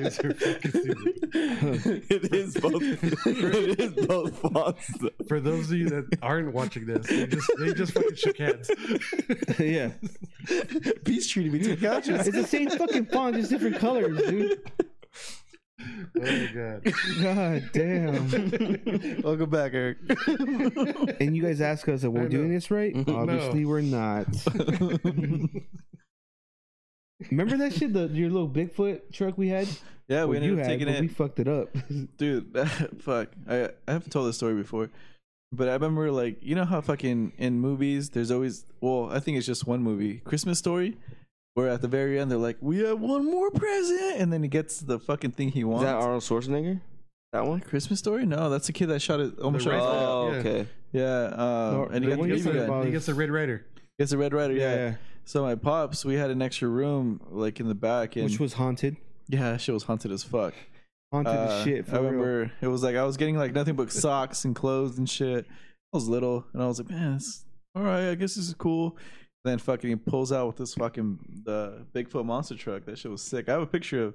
B: These are fucking stupid.
D: it is both. it is both fonts. though.
B: For those of you that aren't watching this, they just they just fucking shook hands.
C: yeah.
A: Peace treated me to the
C: It's
A: couches.
C: the same fucking font, just different colors, dude.
B: Oh my god.
C: God damn.
A: Welcome back, Eric.
C: And you guys ask us, are
B: I
C: we
B: know.
C: doing this right?
A: Mm-hmm.
D: No.
C: Obviously, we're not. Remember that shit, the, your little Bigfoot truck we had?
A: yeah, we
C: Well, you
A: ended up
C: had,
A: taking
C: but
A: it.
C: we fucked it up.
A: dude fuck I, I haven't told this story before but i remember like you know how fucking in movies there's always well i think it's just one movie christmas story where at the very end they're like we have one more present and then he gets the fucking thing he
D: Is
A: wants
D: that Arnold Schwarzenegger? That one?
A: christmas story no that's the kid that shot it almost
B: The
A: shot his
B: Red
A: leg.
D: Oh,
B: yeah.
D: okay.
A: yeah um,
C: No,
A: and he
C: the
A: got the
B: He
C: one you
B: gets,
A: BB
C: said
A: gun
C: about-
B: a, he gets a red rider.
A: gets a red rider yeah,
C: yeah.
A: so my pops we had an extra room like in the back and
C: Which was haunted.
A: yeah that shit was haunted as fuck
C: Haunted
A: Uh,
C: as shit. For
A: I
C: real.
A: remember it was like I was getting like nothing but socks and clothes and shit. I was little and I was like, man, it's all right. I guess this is cool. Then fucking he pulls out with this fucking the Bigfoot monster truck. That shit was sick. I have a picture of.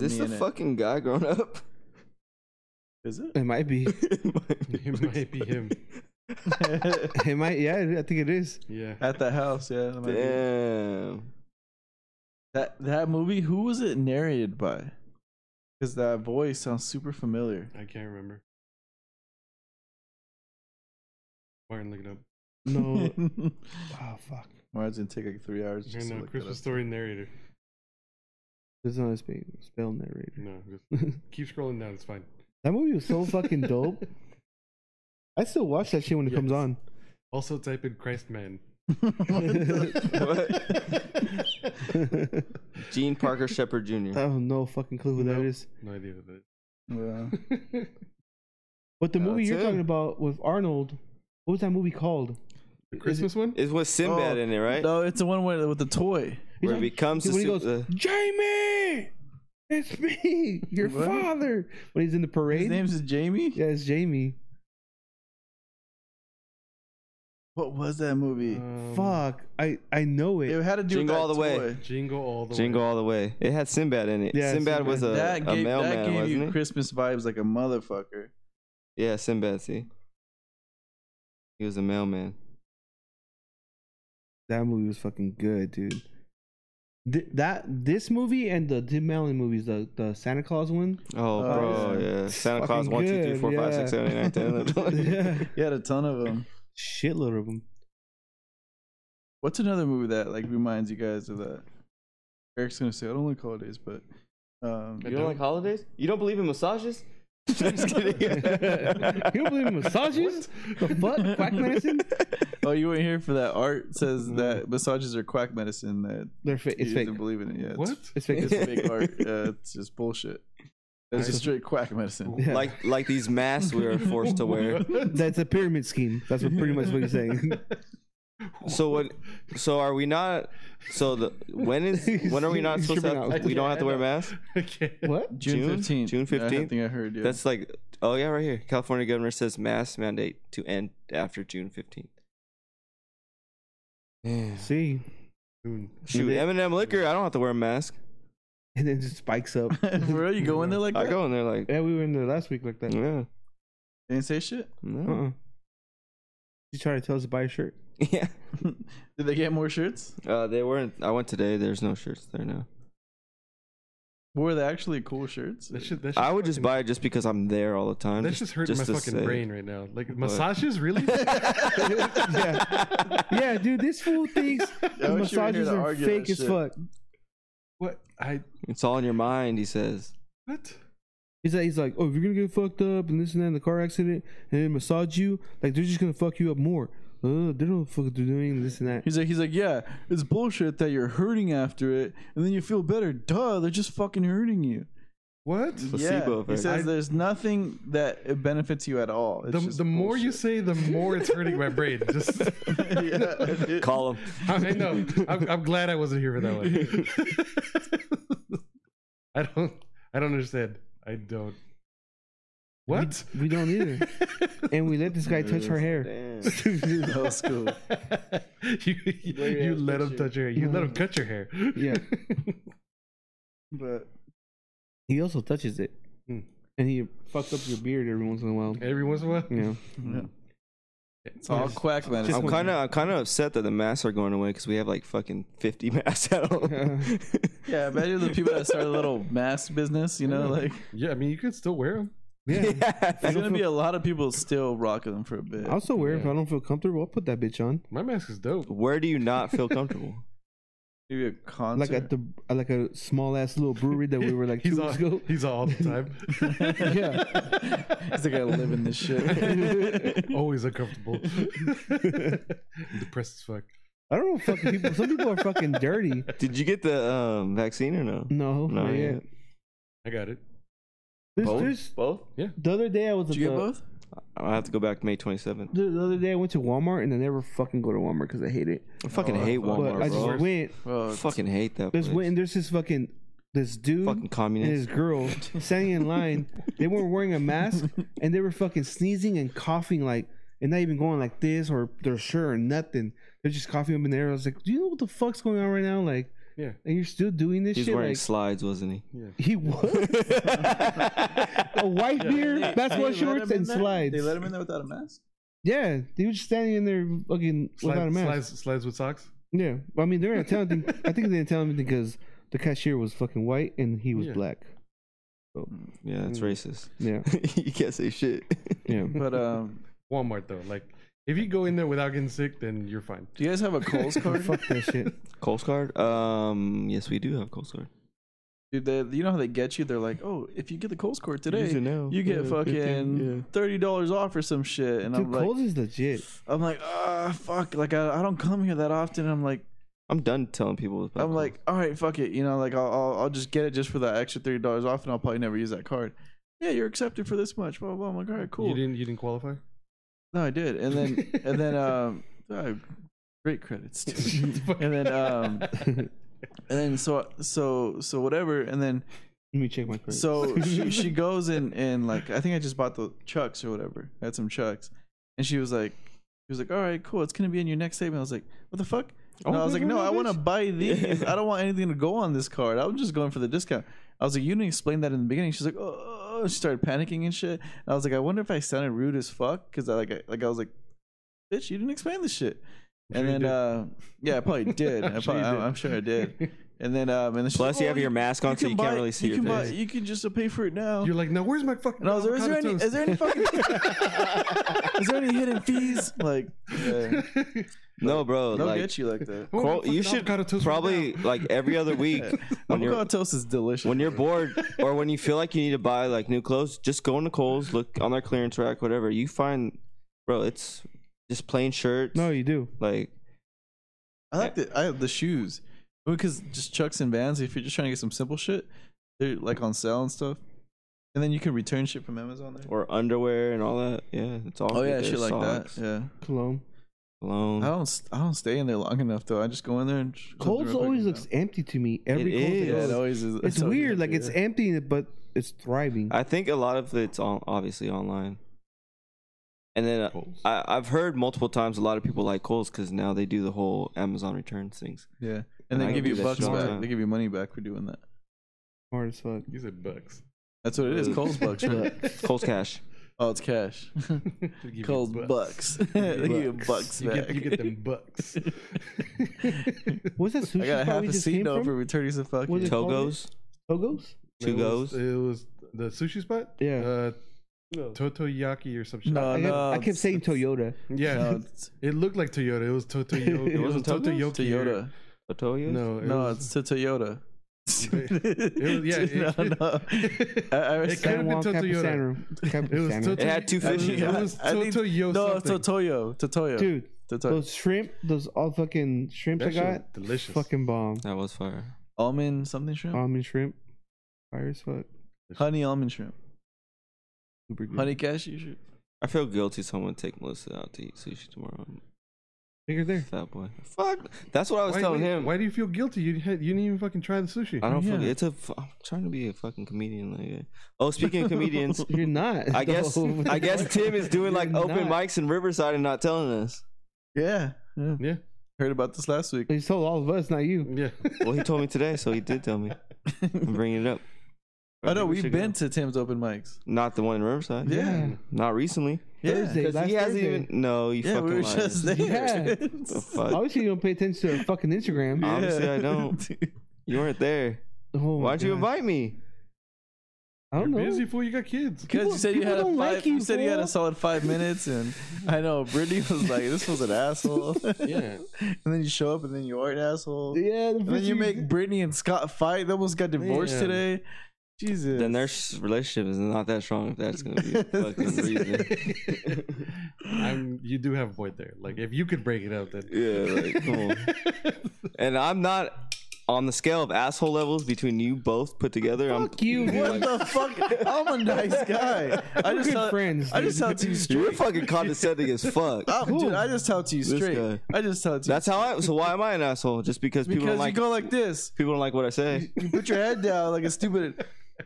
A: of
D: this
A: me
D: the
A: in it.
D: fucking guy grown up?
A: Is it?
C: It might be.
D: it might be,
B: It might be him.
C: It might. Yeah, I think it is.
B: Yeah.
A: At the house, yeah. that might be it.
D: Damn.
A: That that movie. Who was it narrated by? Because that voice sounds super familiar.
B: I can't remember. Martin, look it up.
C: No.
A: Or
C: oh fuck.
A: it's gonna take like three hours.
B: You're
A: Just to
B: no
A: look
B: Christmas
A: that up.
B: story narrator.
C: There's not a spe- spell narrator.
B: No, just keep scrolling down. It's fine.
C: That movie was so fucking dope. I still watch that shit when it comes
B: Yes.
C: on.
B: Also, type in Christ Man.
D: What? Gene Parker Shepard
C: I
D: Jr.
C: have no fucking clue who that
B: Nope.
C: is.
B: No idea what that.
A: Yeah.
C: But the
D: Yeah,
C: movie
D: that's
C: you're
D: him.
C: talking about with Arnold, what was that movie called?
B: The Christmas one?
D: Is with Sinbad
A: Oh,
D: in it, right?
A: No, it's the one where, with the toy.
C: He's
D: Where he
C: like,
D: becomes
C: when
D: the
C: he
D: su-
C: goes,
D: the-
C: Jamie, it's me, your
A: What?
C: father. When he's in the
A: His
C: parade,
A: name's Jamie.
C: yeah, it's Jamie.
A: What was that movie?
B: Um,
C: Fuck, I I know it.
A: it had to do
D: Mm, Jingle
A: with that
D: All the Way.
A: toy.
B: Jingle all the
D: Jingle all the way. It had Sinbad in it.
C: Yeah,
D: Sinbad, was a,
C: Sinbad.
A: that
D: a
A: gave,
D: mailman,
A: that gave
D: wasn't
A: you
D: he?
A: Christmas vibes like a motherfucker.
D: Yeah, Sinbad. See, he was a mailman.
C: That movie was fucking good, dude. Th- that this movie and the Tim Allen movies, the the Santa Claus one.
D: Oh,
A: Oh,
D: bro,
A: yeah.
D: yeah.
C: It's
D: Santa Claus
C: fucking
D: one, two, three,
C: good,
D: four, five, six, seven, eight, nine, ten.
C: yeah,
A: He had a ton of them.
C: shitload of them.
A: What's another movie that like reminds you guys of that? Eric's gonna say I don't like holidays, but um,
B: You don't like
D: holidays? You don't believe in massages? Just kidding.
C: you don't believe in massages? The fuck, quack medicine?
A: oh, you weren't here for that. Art says
D: Mm.
A: that massages are quack medicine. That
C: They're fa- it's
A: he
C: fake.
A: doesn't believe in it. Yeah, it's-
B: What?
C: It's fake.
A: It's fake art. Yeah, it's just bullshit. It's just straight quack medicine.
C: Yeah.
D: Like like these masks we are forced to wear.
C: That's a pyramid scheme. That's what pretty much what you're saying.
D: So what? So are we not? So the when is when are we not
C: He's
D: supposed to?
C: tripping
D: Have,
C: out.
D: we don't have to wear
B: Yeah, I know.
D: masks.
B: okay.
C: what?
A: June
D: June?
A: fifteenth.
D: June
A: Yeah, I
D: 15th?
A: think I heard. Yeah.
D: That's like oh yeah, right here. California governor says mask mandate to end after June fifteenth.
C: See,
B: Dude,
D: Shoot,
C: They-
D: M&M liquor. I don't have to wear a mask.
C: and then it just spikes up.
A: bro, you go in there like
D: I
A: that?
D: go in there like
C: Yeah, we were in there last week like that.
D: yeah,
A: They didn't say shit.
D: no.
C: Uh-uh. You try to tell us to buy a shirt.
D: yeah.
A: Did they get more shirts?
D: Uh, they weren't. I went today. There's no shirts there now.
A: Were they actually cool shirts?
B: That shit, that shit
D: I would just
B: fucking-
D: buy it just because I'm there all the time.
B: That's just hurting
D: just
B: my
D: to
B: fucking
D: say.
B: brain right now. Like massages, really?
C: yeah. Yeah, dude, this fool thinks
A: you were here
C: massages
A: to
C: are
A: argue that
C: fake as
A: shit.
C: fuck.
B: what? I
D: It's all in your mind, he says.
B: what?
C: He's like, he's like, oh, if you're gonna get fucked up and this and that in the car accident and then massage you, like they're just gonna fuck you up more. Oh, they don't fucking do doing this and that.
A: He's like, he's like, yeah, it's bullshit that you're hurting after it, and then you feel better. Duh, they're just fucking hurting you.
B: What?
D: Placebo
A: He
D: effect.
A: says
B: I-
A: there's nothing that benefits you at all. It's
B: The,
A: just
B: the more you
A: bullshit.
B: say, the more it's hurting my brain. Just
A: Yeah, dude.
D: Call him.
B: I know. I'm, I'm glad I wasn't here for that one. I don't. I don't understand. I don't. What?
C: We don't either. and we let this guy touch her hair.
A: That was cool.
B: you you, you let him touch your hair. You let him cut your hair.
C: Yeah.
A: But
C: He also touches it.
B: Hmm.
C: And he fucks up your beard every once in a while.
B: Every once in a while.
C: You know.
A: yeah. it's all quack medicine.
D: I'm kind of I'm kind of upset that the masks are going away because we have like fucking 50 masks at home.
C: Yeah.
A: yeah, imagine the people that start a little mask business. You know, like
B: Yeah, I mean, you could still wear them.
C: Yeah.
A: there's gonna be a lot of people still rocking them for a bit.
C: I'll still wear it if
B: Yeah.
C: I don't feel comfortable. I'll put that bitch on.
B: My mask is dope.
D: Where do you not feel comfortable?
A: Maybe a concert.
C: Like at the like a small ass little brewery that we were like
B: he's
C: two
B: all,
C: weeks ago.
B: he's all the time.
C: yeah.
A: He's like, I live in this shit.
B: Always uncomfortable. Depressed as fuck.
C: I don't know fucking people some people are fucking dirty.
D: Did you get the um, vaccine or no?
C: No,
D: No,
C: not
D: yeah.
C: yet.
B: I got it.
C: There's,
D: Both?
C: there's
D: Both?
C: the other day I was
A: Did
C: at
A: you get
C: the-
A: both?
D: I have to go back May 27th.
C: The, the other day I went to Walmart and I never fucking go to Walmart because I hate it.
D: I fucking
A: Oh,
D: hate
A: fuck.
D: Walmart,
C: but I
D: bro.
C: just went.
A: Well,
D: fucking hate that.
C: There's
D: place.
C: went and there's this fucking this dude and
D: fucking
C: his
D: communist.
C: girl standing in line. They weren't wearing a mask and they were fucking sneezing and coughing like and not even going like this or their shirt or nothing. They're just coughing up in the air. I was like, do you know what the fuck's going on right now? Like,
B: Yeah.
C: and you're still doing this
D: He's
C: shit.
D: wearing
C: Like,
D: slides, wasn't he?
C: he was a white beard, basketball
A: They let
C: shorts,
A: him in
C: and
A: there?
C: slides.
A: They let him in there without a mask.
C: yeah, he was just standing in there fucking without a
B: Slides,
C: mask.
B: slides, slides with socks.
C: Yeah, well, I mean, they were not telling. Them, I think they didn't tell him because the cashier was fucking white and he was
B: Yeah.
C: black.
D: Yeah, that's
C: Mm.
D: racist.
C: Yeah,
D: you can't say shit.
C: yeah.
A: But um,
B: Walmart though, like if you go in there without getting sick, then you're fine.
A: do you guys have a Kohl's card?
C: Fuck that shit.
D: Coles card? Um, yes, we do have Coles card.
A: Dude, they, you know how they get you? They're like, oh, if you get the Kohl's card today, you get fucking thirty dollars off or some shit. And
C: Dude,
A: I'm like,
C: Kohl's is legit.
A: I'm like, ah, fuck. Like I, I don't come here that often. I'm like,
D: I'm done telling people. About
A: I'm like, all right, fuck it. You know, like I'll, I'll, I'll just get it just for that extra thirty dollars off, and I'll probably never use that card. Yeah, you're accepted for this much. Blah blah. blah. I'm like, all right,
B: You
A: cool.
B: didn't, you didn't qualify.
A: No, I did, and then and then um, ah, great credits. Dude. and then um and then so so so whatever and then
C: Let me check my credit.
A: so she, she goes and and like i think i just bought the chucks or whatever i had some chucks and she was like she was like all right cool it's gonna be in your next statement i was like what the fuck
D: Oh,
A: and i was like no i want to buy these
D: Yeah.
A: i don't want anything to go on this card i'm just going for the discount i was like you didn't explain that in the beginning she's like oh she started panicking and shit and i was like i wonder if i sounded rude as fuck because i like I, like i was like bitch you didn't explain this shit
B: sure
A: and
B: you
A: then
B: did.
A: uh, yeah, I probably did. I
B: I'm sure you
A: prob-
B: did.
A: I'm sure I did. And then um, and then she's
D: Plus,
A: like,
D: you
A: "Oh,
D: have your mask on, so you
A: buy-
D: can't really see
A: you
D: your
A: can buy-
D: face.
A: you can just pay for it now.
B: You're like, no, where's my fucking?
A: and I was like, is there
B: avocado
A: any is there any fucking is there any hidden fees? Like, yeah.
B: toast?"
D: No, bro.
A: they'll
D: like,
A: get you like that.
B: I want my
D: Well,
B: fucking
D: you should
B: avocado toast right
D: probably
B: now.
D: like every other week when
A: Avocado
D: you're
A: toast is delicious.
D: when you're bored or when you feel like you need to buy like new clothes, just go into Kohl's, look on their clearance rack, whatever you find, bro. It's just plain shirts.
C: No, you do.
D: like
A: I like the I have the shoes because just Chucks and Vans. If you're just trying to get some simple shit, they're like on sale and stuff, and then you can return shit from Amazon there.
D: or underwear and all that. Yeah, it's all.
A: Oh
D: good
A: yeah,
D: there.
A: shit like
D: Socks, Mm.
A: that. Yeah,
C: Cologne.
D: Cologne.
A: I don't s- I don't stay in there long enough though. I just go in there and just-
C: Cold's always looks empty to me. Every
D: It
C: Kohl's I
D: is.
A: Yeah,
C: go
A: it
C: to.
A: always is.
C: It's
A: always
C: weird. Like
A: empty,
C: it's
A: yeah.
C: empty, but it's thriving.
D: I think a lot of it's on, obviously online. And then uh, I, I've heard multiple times a lot of people like Kohl's because now they do the whole Amazon returns things.
A: yeah,
D: And
A: and
D: I
A: they give
D: do
A: you
D: that
A: bucks
D: shit all the
A: back.
D: time.
A: They give you money back for doing that.
C: Hard as fuck.
B: You said bucks.
A: That's what it is.
D: Ooh.
A: Cole's bucks. right?
D: Kohl's Cash.
A: Oh, it's cash.
B: They give you
A: Cole's bucks. They give you bucks
B: You
A: back.
B: get, you get them bucks.
C: What's that sushi
A: I got a
C: spot
A: half
C: we
A: a
C: just came
A: seat over
C: from?
A: returning some
C: Was
A: fucking.
C: it- called
D: Togo's.
C: Togo's?
D: Two
B: It was-
D: goes.
B: It was the sushi spot.
C: Yeah.
B: Uh, Totoyaki or some shit.
A: No,
C: I, kept,
A: no.
C: I kept saying Toyota.
B: Yeah.
A: No, it's
B: It looked like Toyota. It was Totoyo.
C: It
B: it was
D: wasn't Totoyo's?
B: Totoyoki.
A: Toyota.
D: Totoyo's?
B: No, it
A: No,
B: was,
A: it's to Toyota.
B: was- yeah, it-
A: no, no. I, I
B: It
A: was
B: could've
C: San
B: been
C: Juan
B: Toyota.
C: Capistrano.
B: It was
C: Capistrano.
B: Totoyo.
D: It had two fishes.
B: It was
A: I think-
B: Totoyo.
A: no, it's
B: something.
A: Totoyo. Totoyo.
C: Dude,
A: Totoyo.
C: those shrimp, those all fucking shrimps
B: That
C: I
B: shit was
C: got,
B: delicious.
C: fucking bomb.
D: That was fire.
A: Almond something shrimp?
C: Almond shrimp, fire as fuck.
A: honey almond shrimp.
C: Super good.
A: Honey cashew shrimp.
D: I feel guilty someone take Melissa out to eat sushi tomorrow.
C: Figure there.
D: Fat boy. Fuck. That's what I was
B: why,
D: telling
B: why-
D: him.
B: Why do you feel guilty? You had, you didn't even fucking try the sushi.
D: I don't feel
A: Yeah.
D: it's a. f- I'm trying to be a fucking comedian. Like, oh, speaking of comedians,
C: You're not.
D: I guess
C: though. What
D: I
C: the
D: guess
C: fuck?
D: Tim is doing like
C: You're
D: open
C: not.
D: mics in Riverside and not telling us.
A: Yeah. yeah.
B: Yeah.
A: Heard about this last week.
C: He told all of us, not you.
B: Yeah.
D: Well, he told me today, so he did tell me. I'm bringing it up.
A: Oh no,
D: Maybe we
A: we've
D: should
A: been
D: go.
A: to Tim's open mics.
D: not the one in Riverside.
A: Yeah.
D: Not recently.
A: Yeah.
C: Thursday.
D: Because
C: last
D: he hasn't
C: Thursday.
D: even. No, you
A: Yeah,
D: fucking
A: we were
D: lied.
A: just there.
C: Yeah.
D: The fuck?
C: Obviously, you don't pay attention to our fucking Instagram.
D: Yeah. Obviously, I don't. You weren't there.
C: Oh my
D: Why'd you
C: God.
D: invite me?
C: I don't
B: You're
C: know.
B: busy fool. You got kids.
A: Because
C: People-
A: you said you
C: people
A: had a
C: don't
A: five,
C: like you,
A: you, said you had
C: fool.
A: a solid five minutes, and I know Brittany was like, "This was an asshole."
B: Yeah.
A: and then you show up, and then you are an asshole.
C: Yeah, the
A: And then
C: first
A: you
C: thing
A: make Brittany and Scott fight. They almost got divorced
B: Man.
A: today. Jesus.
D: Then their s- relationship is not that strong if that's going to be the fucking reason.
B: I'm, you do have a point there. Like, if you could break it up, then.
D: yeah, like, come on. And I'm not on the scale of asshole levels between you both put together. I'm,
C: Fuck you. dude.
A: What the fuck? I'm a nice guy. I
C: We're
A: just
C: good
A: tell,
C: friends,
A: I just tell it to you
D: you're
A: straight.
D: fucking condescending as fuck.
A: Oh, dude, I just tell it to you
D: This
A: straight.
D: guy.
A: I just tell it to you.
D: That's how I. So why am I an asshole? Just because, people
A: because
D: don't like
A: you go like this.
D: people don't like what I say.
A: You put your head down like a stupid.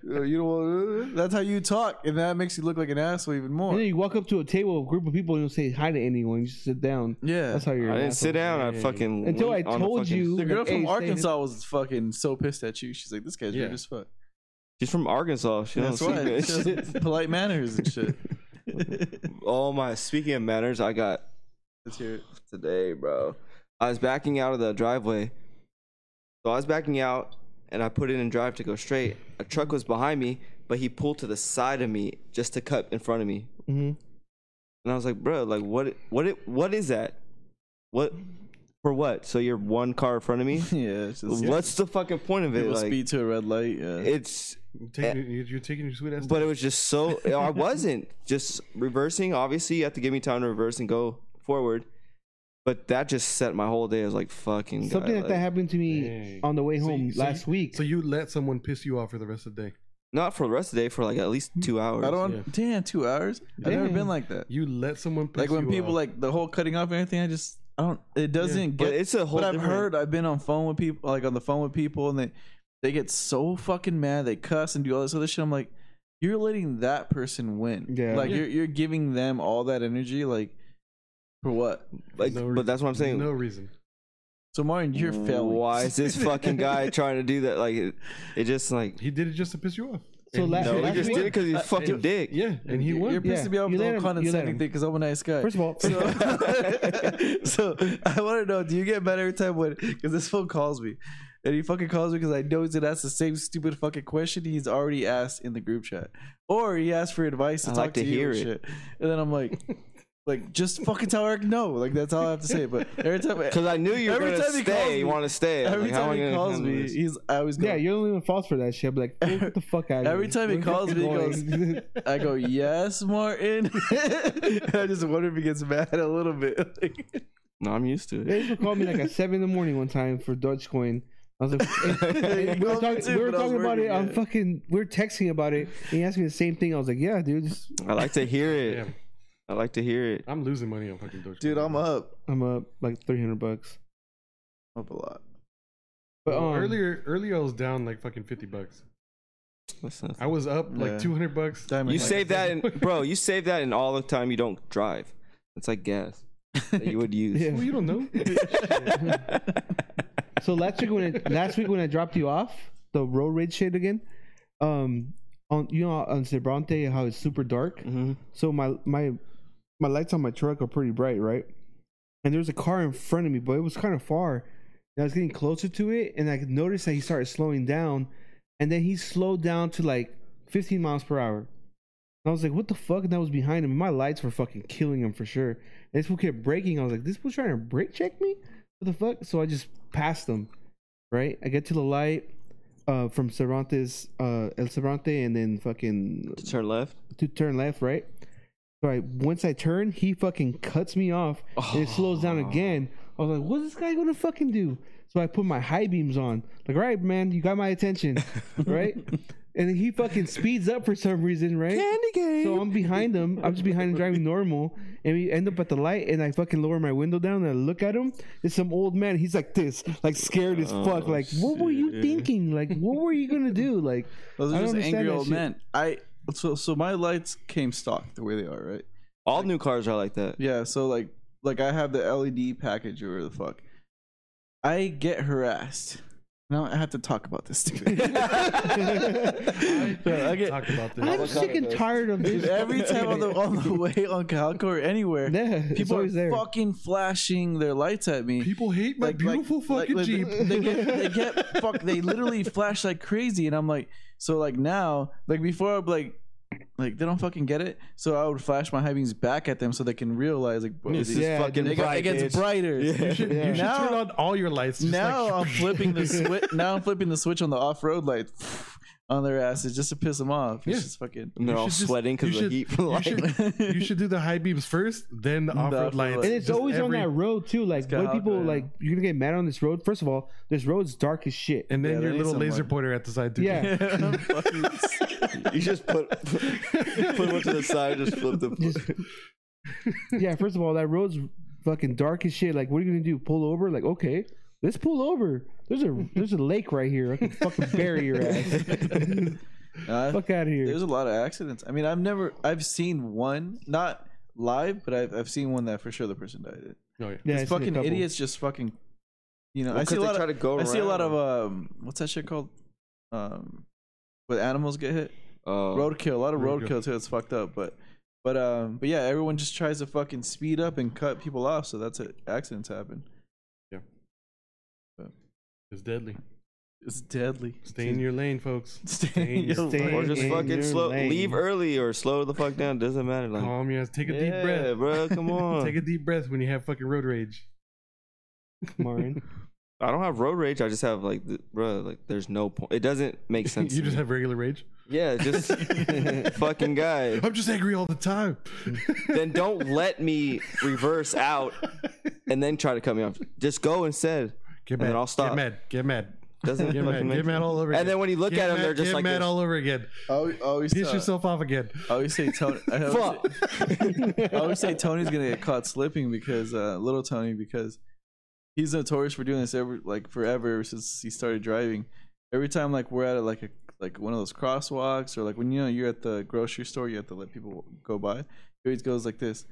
A: uh, You know, that's how you talk, and that makes you look like an asshole even
C: And
A: more.
C: then you walk up to a table of a group of people and you don't say hi to anyone. You just sit down.
A: Yeah.
C: That's how you're. an
D: I didn't
C: asshole.
D: sit down. I fucking
C: Until
D: went
C: I
D: on the
C: told
D: fucking-
C: you.
A: The girl
C: like,
A: from
C: "Hey, stay here."
A: Arkansas was fucking so pissed at you. She's like, "This guy's
B: Yeah.
A: rude as fuck."
D: She's from Arkansas. She
A: That's
D: don't see
A: why
D: good
A: she
D: shit.
A: has polite manners and shit.
D: Oh my! Speaking of manners, I got
A: Let's hear it.
D: today, bro. I was backing out of the driveway. So I was backing out and I put it in drive to go straight. A truck was behind me, but he pulled to the side of me just to cut in front of me.
C: Mhm.
D: And I was like, bro, like what what it what is that? What for what? So you're one car in front of me?
A: Yeah, it's just
D: What's the fucking point of it?
A: people
D: Like
A: speed to a red light. Yeah.
D: it's
B: You're taking, you're taking your sweet ass.
D: but it was just so I wasn't just reversing. Obviously, you have to give me time to reverse and go forward. But that just set my whole day. I was like, fucking. God,
C: Something like that
D: like-
C: happened to me
B: Dang.
C: on the way
B: So you-
C: home
B: so you-
C: last week.
B: So you let someone piss you off for the rest of the day.
D: Not for the rest of the day, for like at least two hours.
A: I don't. Damn, two hours. I've never
C: Damn.
A: been like that.
B: You let someone piss
A: Like when
B: you
A: people
B: off.
A: like the whole cutting off and everything. I just I don't. It doesn't get.
D: but it's a whole.
A: but I've
D: different-
A: heard. I've been on phone with people. Like on the phone with people, and they they get so fucking mad. They cuss and do all this other shit. I'm like, you're letting that person win.
C: Yeah.
A: Like
B: Yeah.
A: you're you're giving them all that energy. Like for what?
D: Like,
B: No
D: but
B: reason.
D: that's what I'm saying.
B: No reason.
A: So Martin, you're
C: Mm.
A: failing.
D: Why is this fucking guy trying to do that? Like, it, it just like
B: He did it just to piss you off. And
C: So
B: he
C: la-
B: did
D: no,
B: it
D: he
C: last
D: just
C: week-
D: did it because he's a fucking dick.
B: Yeah, and he
A: You're
B: won.
A: pissing
C: Yeah.
A: me off with the
C: You let
A: whole
C: him- you let
A: condescending
C: him.
A: thing because I'm a nice guy.
C: First of all,
A: So, so I want to know, do you get mad every time when? Because this fool calls me, and he fucking calls me because I know he's gonna ask the same stupid fucking question he's already asked in the group chat, or he asked for advice to
D: I
A: talk
D: like
A: to,
D: to
A: you
D: hear
A: and
D: it.
A: shit. And then I'm like, like just fucking tell Eric no. Like that's all I have to say. But every time,
D: Because I knew you were
A: Every
D: gonna
A: time he calls
D: stay.
A: me-
D: You want to stay. I'm
A: every
D: like, how am
A: time
D: I
A: he
D: gonna
A: calls
D: handle
A: me,
D: this?
A: he's I always go.
C: yeah, you're the only one false for that shit. I'm like, get the fuck out.
A: Every time he calls me, he goes, I go, yes, Martin. I just wonder if he gets mad a little bit. Like,
D: no, I'm used to it.
C: They called me like at seven in the morning one time for Dogecoin. I was like,
A: You
C: we were
A: called me
C: talking,
A: too,
C: we were
A: but I was
C: talking about
A: working,
C: it. I'm
A: yeah.
C: fucking, we are texting about it. And he asked me the same thing. I was like, yeah, dude, just,
D: I like to hear it.
B: Damn,
D: I like to hear it.
B: I'm losing money on fucking Dogecoin.
A: dude, I'm up.
C: I'm up like 300 bucks.
A: I'm up a lot.
C: But
B: Well,
C: um,
B: earlier, earlier I was down like fucking fifty bucks.
D: That's not-
B: I was up like
A: Yeah.
B: two hundred bucks.
A: Diamond
D: You
A: Mike.
D: save that, in, bro. You save that in all the time you don't drive. It's like gas that you would use.
C: Yeah.
B: Well, you don't know.
C: so last week when I, last week when I dropped you off the road rage shit again, um, on you know on Cebrante how it's super dark.
B: Mm-hmm.
D: Mhm.
C: So my my my lights on my truck are pretty bright, right? And there was a car in front of me, but it was kind of far. And I was getting closer to it, and I could notice that he started slowing down, and then he slowed down to like 15 miles per hour. And I was like, "What the fuck?" And that was behind him. My lights were fucking killing him for sure. And this fool kept braking. I was like, "This fool trying to brake check me? What the fuck?" So I just passed him. Right, I get to the light uh, from Cervantes, uh, El Cervante, and then fucking
D: To turn left.
C: to turn left, right? So I, once I turn, he fucking cuts me off and it slows down again. I was like, what's this guy gonna fucking do? So I put my high beams on. Like, all right, man, you got my attention, right? And then he fucking speeds up for some reason, right? So I'm behind him. I'm just behind him driving normal, and we end up at the light. And I fucking lower my window down and I look at him. It's some old man. He's like this, like scared
B: Oh,
C: as fuck. Like, what were you thinking? Like, what were you gonna do? Like,
A: Those
C: I
A: are
C: don't
A: just
C: understand
A: angry
C: that
A: old
C: shit.
A: men. I so so my lights came stock the way they are, right?
D: All new cars are like that.
A: Yeah. So like like I have the LED package or the fuck. I get harassed. Now I have to talk about this too. I get,
B: Talk about this.
C: I'm sick and tired of this.
A: every time on the on the way on Calco or anywhere,
C: Yeah, it's
A: people are
C: always there.
A: fucking flashing their lights at me.
B: People hate my beautiful fucking
A: like,
B: Jeep.
A: They, they get they get fuck they literally flash like crazy and I'm like so like now like before I'm like like they don't fucking get it so I would flash my high beams back at them so they can realize like bro,
D: This
A: these-
D: is
C: Yeah,
D: fucking
A: they got,
D: bright,
A: it gets
D: bitch.
A: brighter
D: Yeah.
B: You should
A: Now-
B: turn on all your lights. Just
A: now
B: like,
A: I'm flipping the switch now I'm flipping the switch on the off road lights on their asses just to piss them off it's
B: Yeah.
A: just fucking
D: And they're
B: You
D: all
B: should just-
D: sweating because
B: you
D: of the
B: should-
D: heat from the
B: you
D: light.
B: should, you should do the high beams first, then the off road
A: off-road
B: lights.
A: lights.
C: And it's
B: Just
C: always on
B: every-
C: that road too. Like
A: got
C: what
A: out
C: people
A: there.
C: like you're gonna get mad on this road. First of all, this road's dark as shit.
B: And then
A: Yeah,
B: your
A: they need
B: little laser
A: someone.
B: pointer at the side too.
C: Yeah.
A: Fucking-
D: You just put put one to the side, just flip the.
C: yeah, first of all, that road's fucking dark as shit. Like what are you gonna do? Pull over? Like, okay, let's pull over. There's a there's a lake right here. I can fucking bury your ass.
A: Uh,
C: Fuck out of here.
A: There's a lot of accidents. I mean, I've never, I've seen one, not live, but I've, I've seen one that for sure the person died. in.
B: No, Oh, yeah.
C: yeah, I
A: These
C: seen a
A: fucking
C: couple.
A: idiots just fucking, you know,
D: Well,
A: I
D: 'cause
A: see a
D: they
A: lot
D: try
A: of,
D: to go
A: I see a lot of,
D: around.
A: um, what's that shit called? Um, when animals get hit,
D: Oh.
A: roadkill. A lot of
B: Roadkill.
A: roadkill. too. It's fucked up, but, but um, but yeah, everyone just tries to fucking speed up and cut people off, so that's it. Accidents happen.
B: It's deadly.
A: It's deadly.
B: Stay in your lane, folks.
A: Stay in your
C: Stay
A: lane.
D: Or just
C: in
D: fucking
C: your
D: slow,
C: lane.
D: leave early or slow the fuck down. Doesn't matter. Like,
B: Calm your ass. Take a
D: yeah,
B: deep breath.
D: bro. Come on.
B: Take a deep breath when you have fucking road rage.
C: Martin.
D: I don't have road rage. I just have like, the, bro, like there's no point. It doesn't make sense.
B: you
D: to
B: just
D: me.
B: have regular rage.
D: yeah, just fucking guy.
B: I'm just angry all the time.
D: Mm-hmm. Then don't let me reverse out and then try to cut me off. Just go instead.
B: Get
D: And then
B: mad.
D: I'll stop.
B: Get mad. Get mad.
D: Doesn't
B: Get
D: fucking
B: mad.
D: make
B: Get mad all over again.
D: And then when you look
B: Get
D: at them,
B: mad,
D: they're just
B: get
D: like
B: mad
D: this.
B: all over again.
A: I always, I always,
B: Piss
A: uh,
B: yourself off again.
A: I always say Tony. I always
D: Fuck.
A: say- I always say Tony's gonna get caught slipping because uh, little Tony because he's notorious for doing this ever like forever ever since he started driving. Every time like we're at a, like a like one of those crosswalks or like when you know you're at the grocery store you have to let people go by. He always goes like this.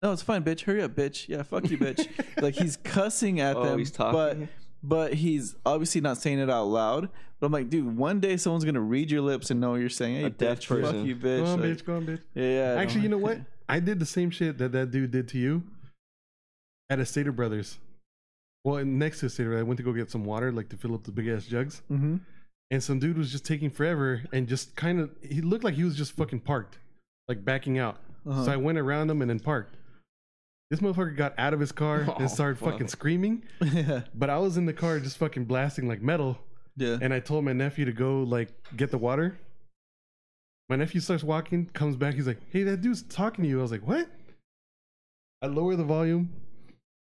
A: no, it's fine, bitch. Hurry up, bitch. Yeah, fuck you, bitch. like he's cussing at
D: Oh,
A: them,
D: he's
A: but
D: talking.
A: but he's obviously not saying it out loud. But I'm like, dude, one day someone's gonna read your lips and know what you're saying. Hey,
D: A deaf
A: bitch,
D: person.
A: fuck you,
B: Go
A: bitch.
B: on,
A: Like,
B: bitch. Go on, bitch.
A: Yeah, yeah.
B: Actually, you know what? I did the same shit that that dude did to you at a Stater Brothers. Well, and next to a Stater, I went to go get some water, like to fill up the big ass jugs.
A: Mm-hmm.
B: And some dude was just taking forever and just kind of, he looked like he was just fucking parked, like backing out.
A: Uh-huh.
B: So I went around him and then parked. This motherfucker got out of his car
D: Oh,
B: and started
D: fuck.
B: fucking screaming.
A: yeah,
B: But I was in the car just fucking blasting like metal.
A: yeah.
B: And I told my nephew to go like get the water. My nephew starts walking, comes back. He's like, "Hey, that dude's talking to you." I was like, "What?" I lower the volume,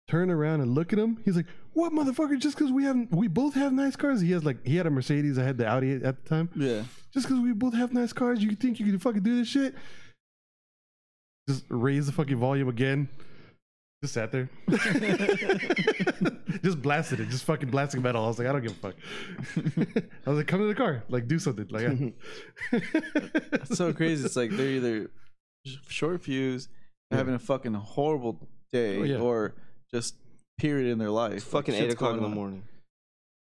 B: turn around and look at him. He's like, "What, motherfucker? Just because we have we both have nice cars, he has like he had a Mercedes. I had the Audi at the time.
A: yeah.
B: Just because we both have nice cars, you think you can fucking do this shit?" Just raise the fucking volume again. Just sat there. just blasted it. Just fucking blasting metal. I was like, I don't give a fuck. I was like, come to the car. Like, do something. Like, I-
A: It's so crazy. It's like they're either sh- short fuse,
B: Yeah.
A: having a fucking horrible day,
B: Oh, yeah.
A: or just period in their life.
D: It's fucking
A: Like, shit's
D: eight o'clock
A: going
D: in the
A: on.
D: morning.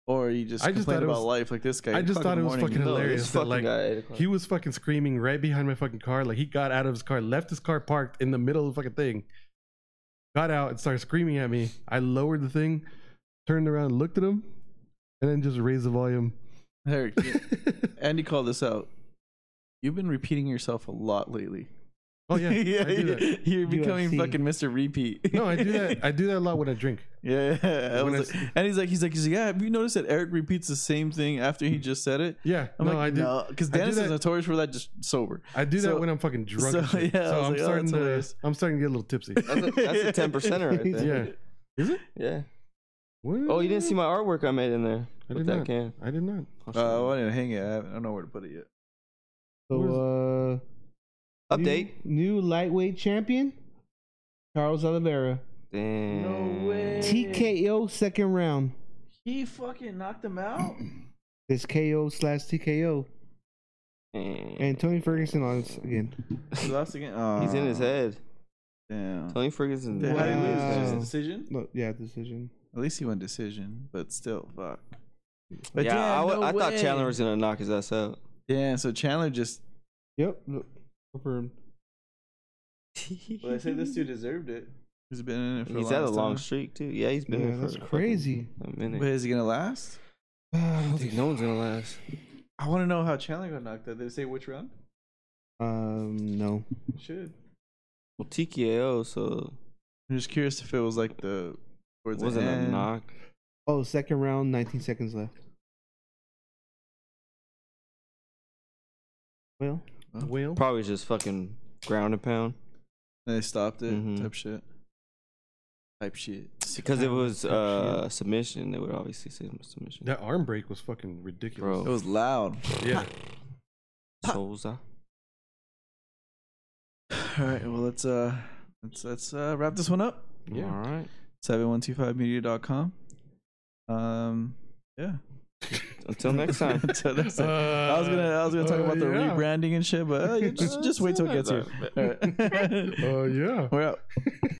A: Or you just
B: I just
A: complain
B: thought it
A: about
B: was-
A: life like this guy.
B: I just
A: Fuck in
B: thought
A: the
B: it was
A: morning.
B: fucking
D: No, this
B: hilarious. that,
D: fucking
B: like,
D: guy at eight o'clock.
B: he was fucking screaming right behind my fucking car. Like, he got out of his car, left his car parked in the middle of the fucking thing, got out and started screaming at me. I lowered the thing, turned around, looked at him, and then just raised the volume.
A: Eric, you- Andy called this out. You've been repeating yourself a lot lately.
B: oh, yeah. I do that.
A: you're becoming
C: UFC.
A: fucking Mr. Repeat.
B: No, I do that. I do that a lot when I drink.
A: yeah, yeah. I
B: When
A: was
B: I
A: like- and he's like, he's like, he's like, yeah. Have you noticed that Eric repeats the same thing after he just said it?
B: Yeah.
A: I'm
B: no,
A: like,
B: I do.
A: no, because
B: I do
A: Dennis is
B: that-
A: notorious for that, Oh, just sober.
B: I do that
A: So-
B: when I'm fucking drunk.
A: so,
B: and shit.
A: yeah, I
B: so
A: was
B: I'm
A: like, oh,
B: starting
A: that's
B: to
A: hilarious.
B: I'm starting to get a little tipsy.
D: That's a, that's a ten percenter right there.
B: yeah. Is it?
D: Yeah.
B: What?
D: Oh, you didn't see my artwork I made in there
B: I
D: with
B: did
D: that
B: not.
D: can. Oh,
B: I did not.
D: I'll show
A: Uh, I
D: you.
A: wanted to hang it. I haven't- I don't know where to put it yet.
C: So, uh, new-
D: Update.
C: New, lightweight champion, Charles Oliveira.
D: Damn.
A: No way.
C: TKO second round.
A: He fucking knocked him out.
C: This KO slash TKO. And Tony Ferguson on us again.
A: he lost again. Oh,
D: He's in his head.
A: Damn.
D: Tony Ferguson.
A: How did he lose?
C: Wow.
A: Just a decision?
C: No, yeah, decision.
A: At least he won decision, but still, fuck.
D: Yeah,
A: But damn,
D: I, w-
A: no
D: I thought
A: way.
D: Chandler was gonna knock his ass out.
A: Yeah, so Chandler just.
C: Yep. no, Confirmed.
A: Well, I said this dude deserved it. He's been in it for
D: He's
A: a
D: had a
A: long
D: long
A: time.
D: streak too. Yeah, he's been.
C: Yeah,
D: there for
C: that's
D: a fucking-
C: crazy.
D: A minute.
A: But is he gonna last?
D: I don't think no one's gonna last.
A: I want to know how Chandler got knocked out. Did they say which round?
C: um, no.
A: Should.
D: Well, TKO, so
A: I'm just curious if it was like the.
D: it
A: towards the
D: wasn't a
A: end.
D: knock.
C: Oh, second round, 19 seconds left. Well,
B: Well,
D: Probably just fucking ground and pound
A: And they stopped it.
D: Mhm.
A: Type shit. Type shit.
D: because it was
C: Type
D: uh, submission. They would obviously say submission.
B: that arm break was fucking ridiculous.
A: It was loud.
B: Yeah.
D: Souza.
A: All right. Well, let's uh, let's let's uh, wrap this one up.
B: Yeah.
D: All right.
A: 7125media.com. Um. Yeah.
D: Until next time.
A: Until next time. I was gonna I was gonna talk
B: uh,
A: about the
B: yeah.
A: rebranding and shit, but uh, you just just wait till it gets here. All right.
B: Uh, yeah.
A: We're out.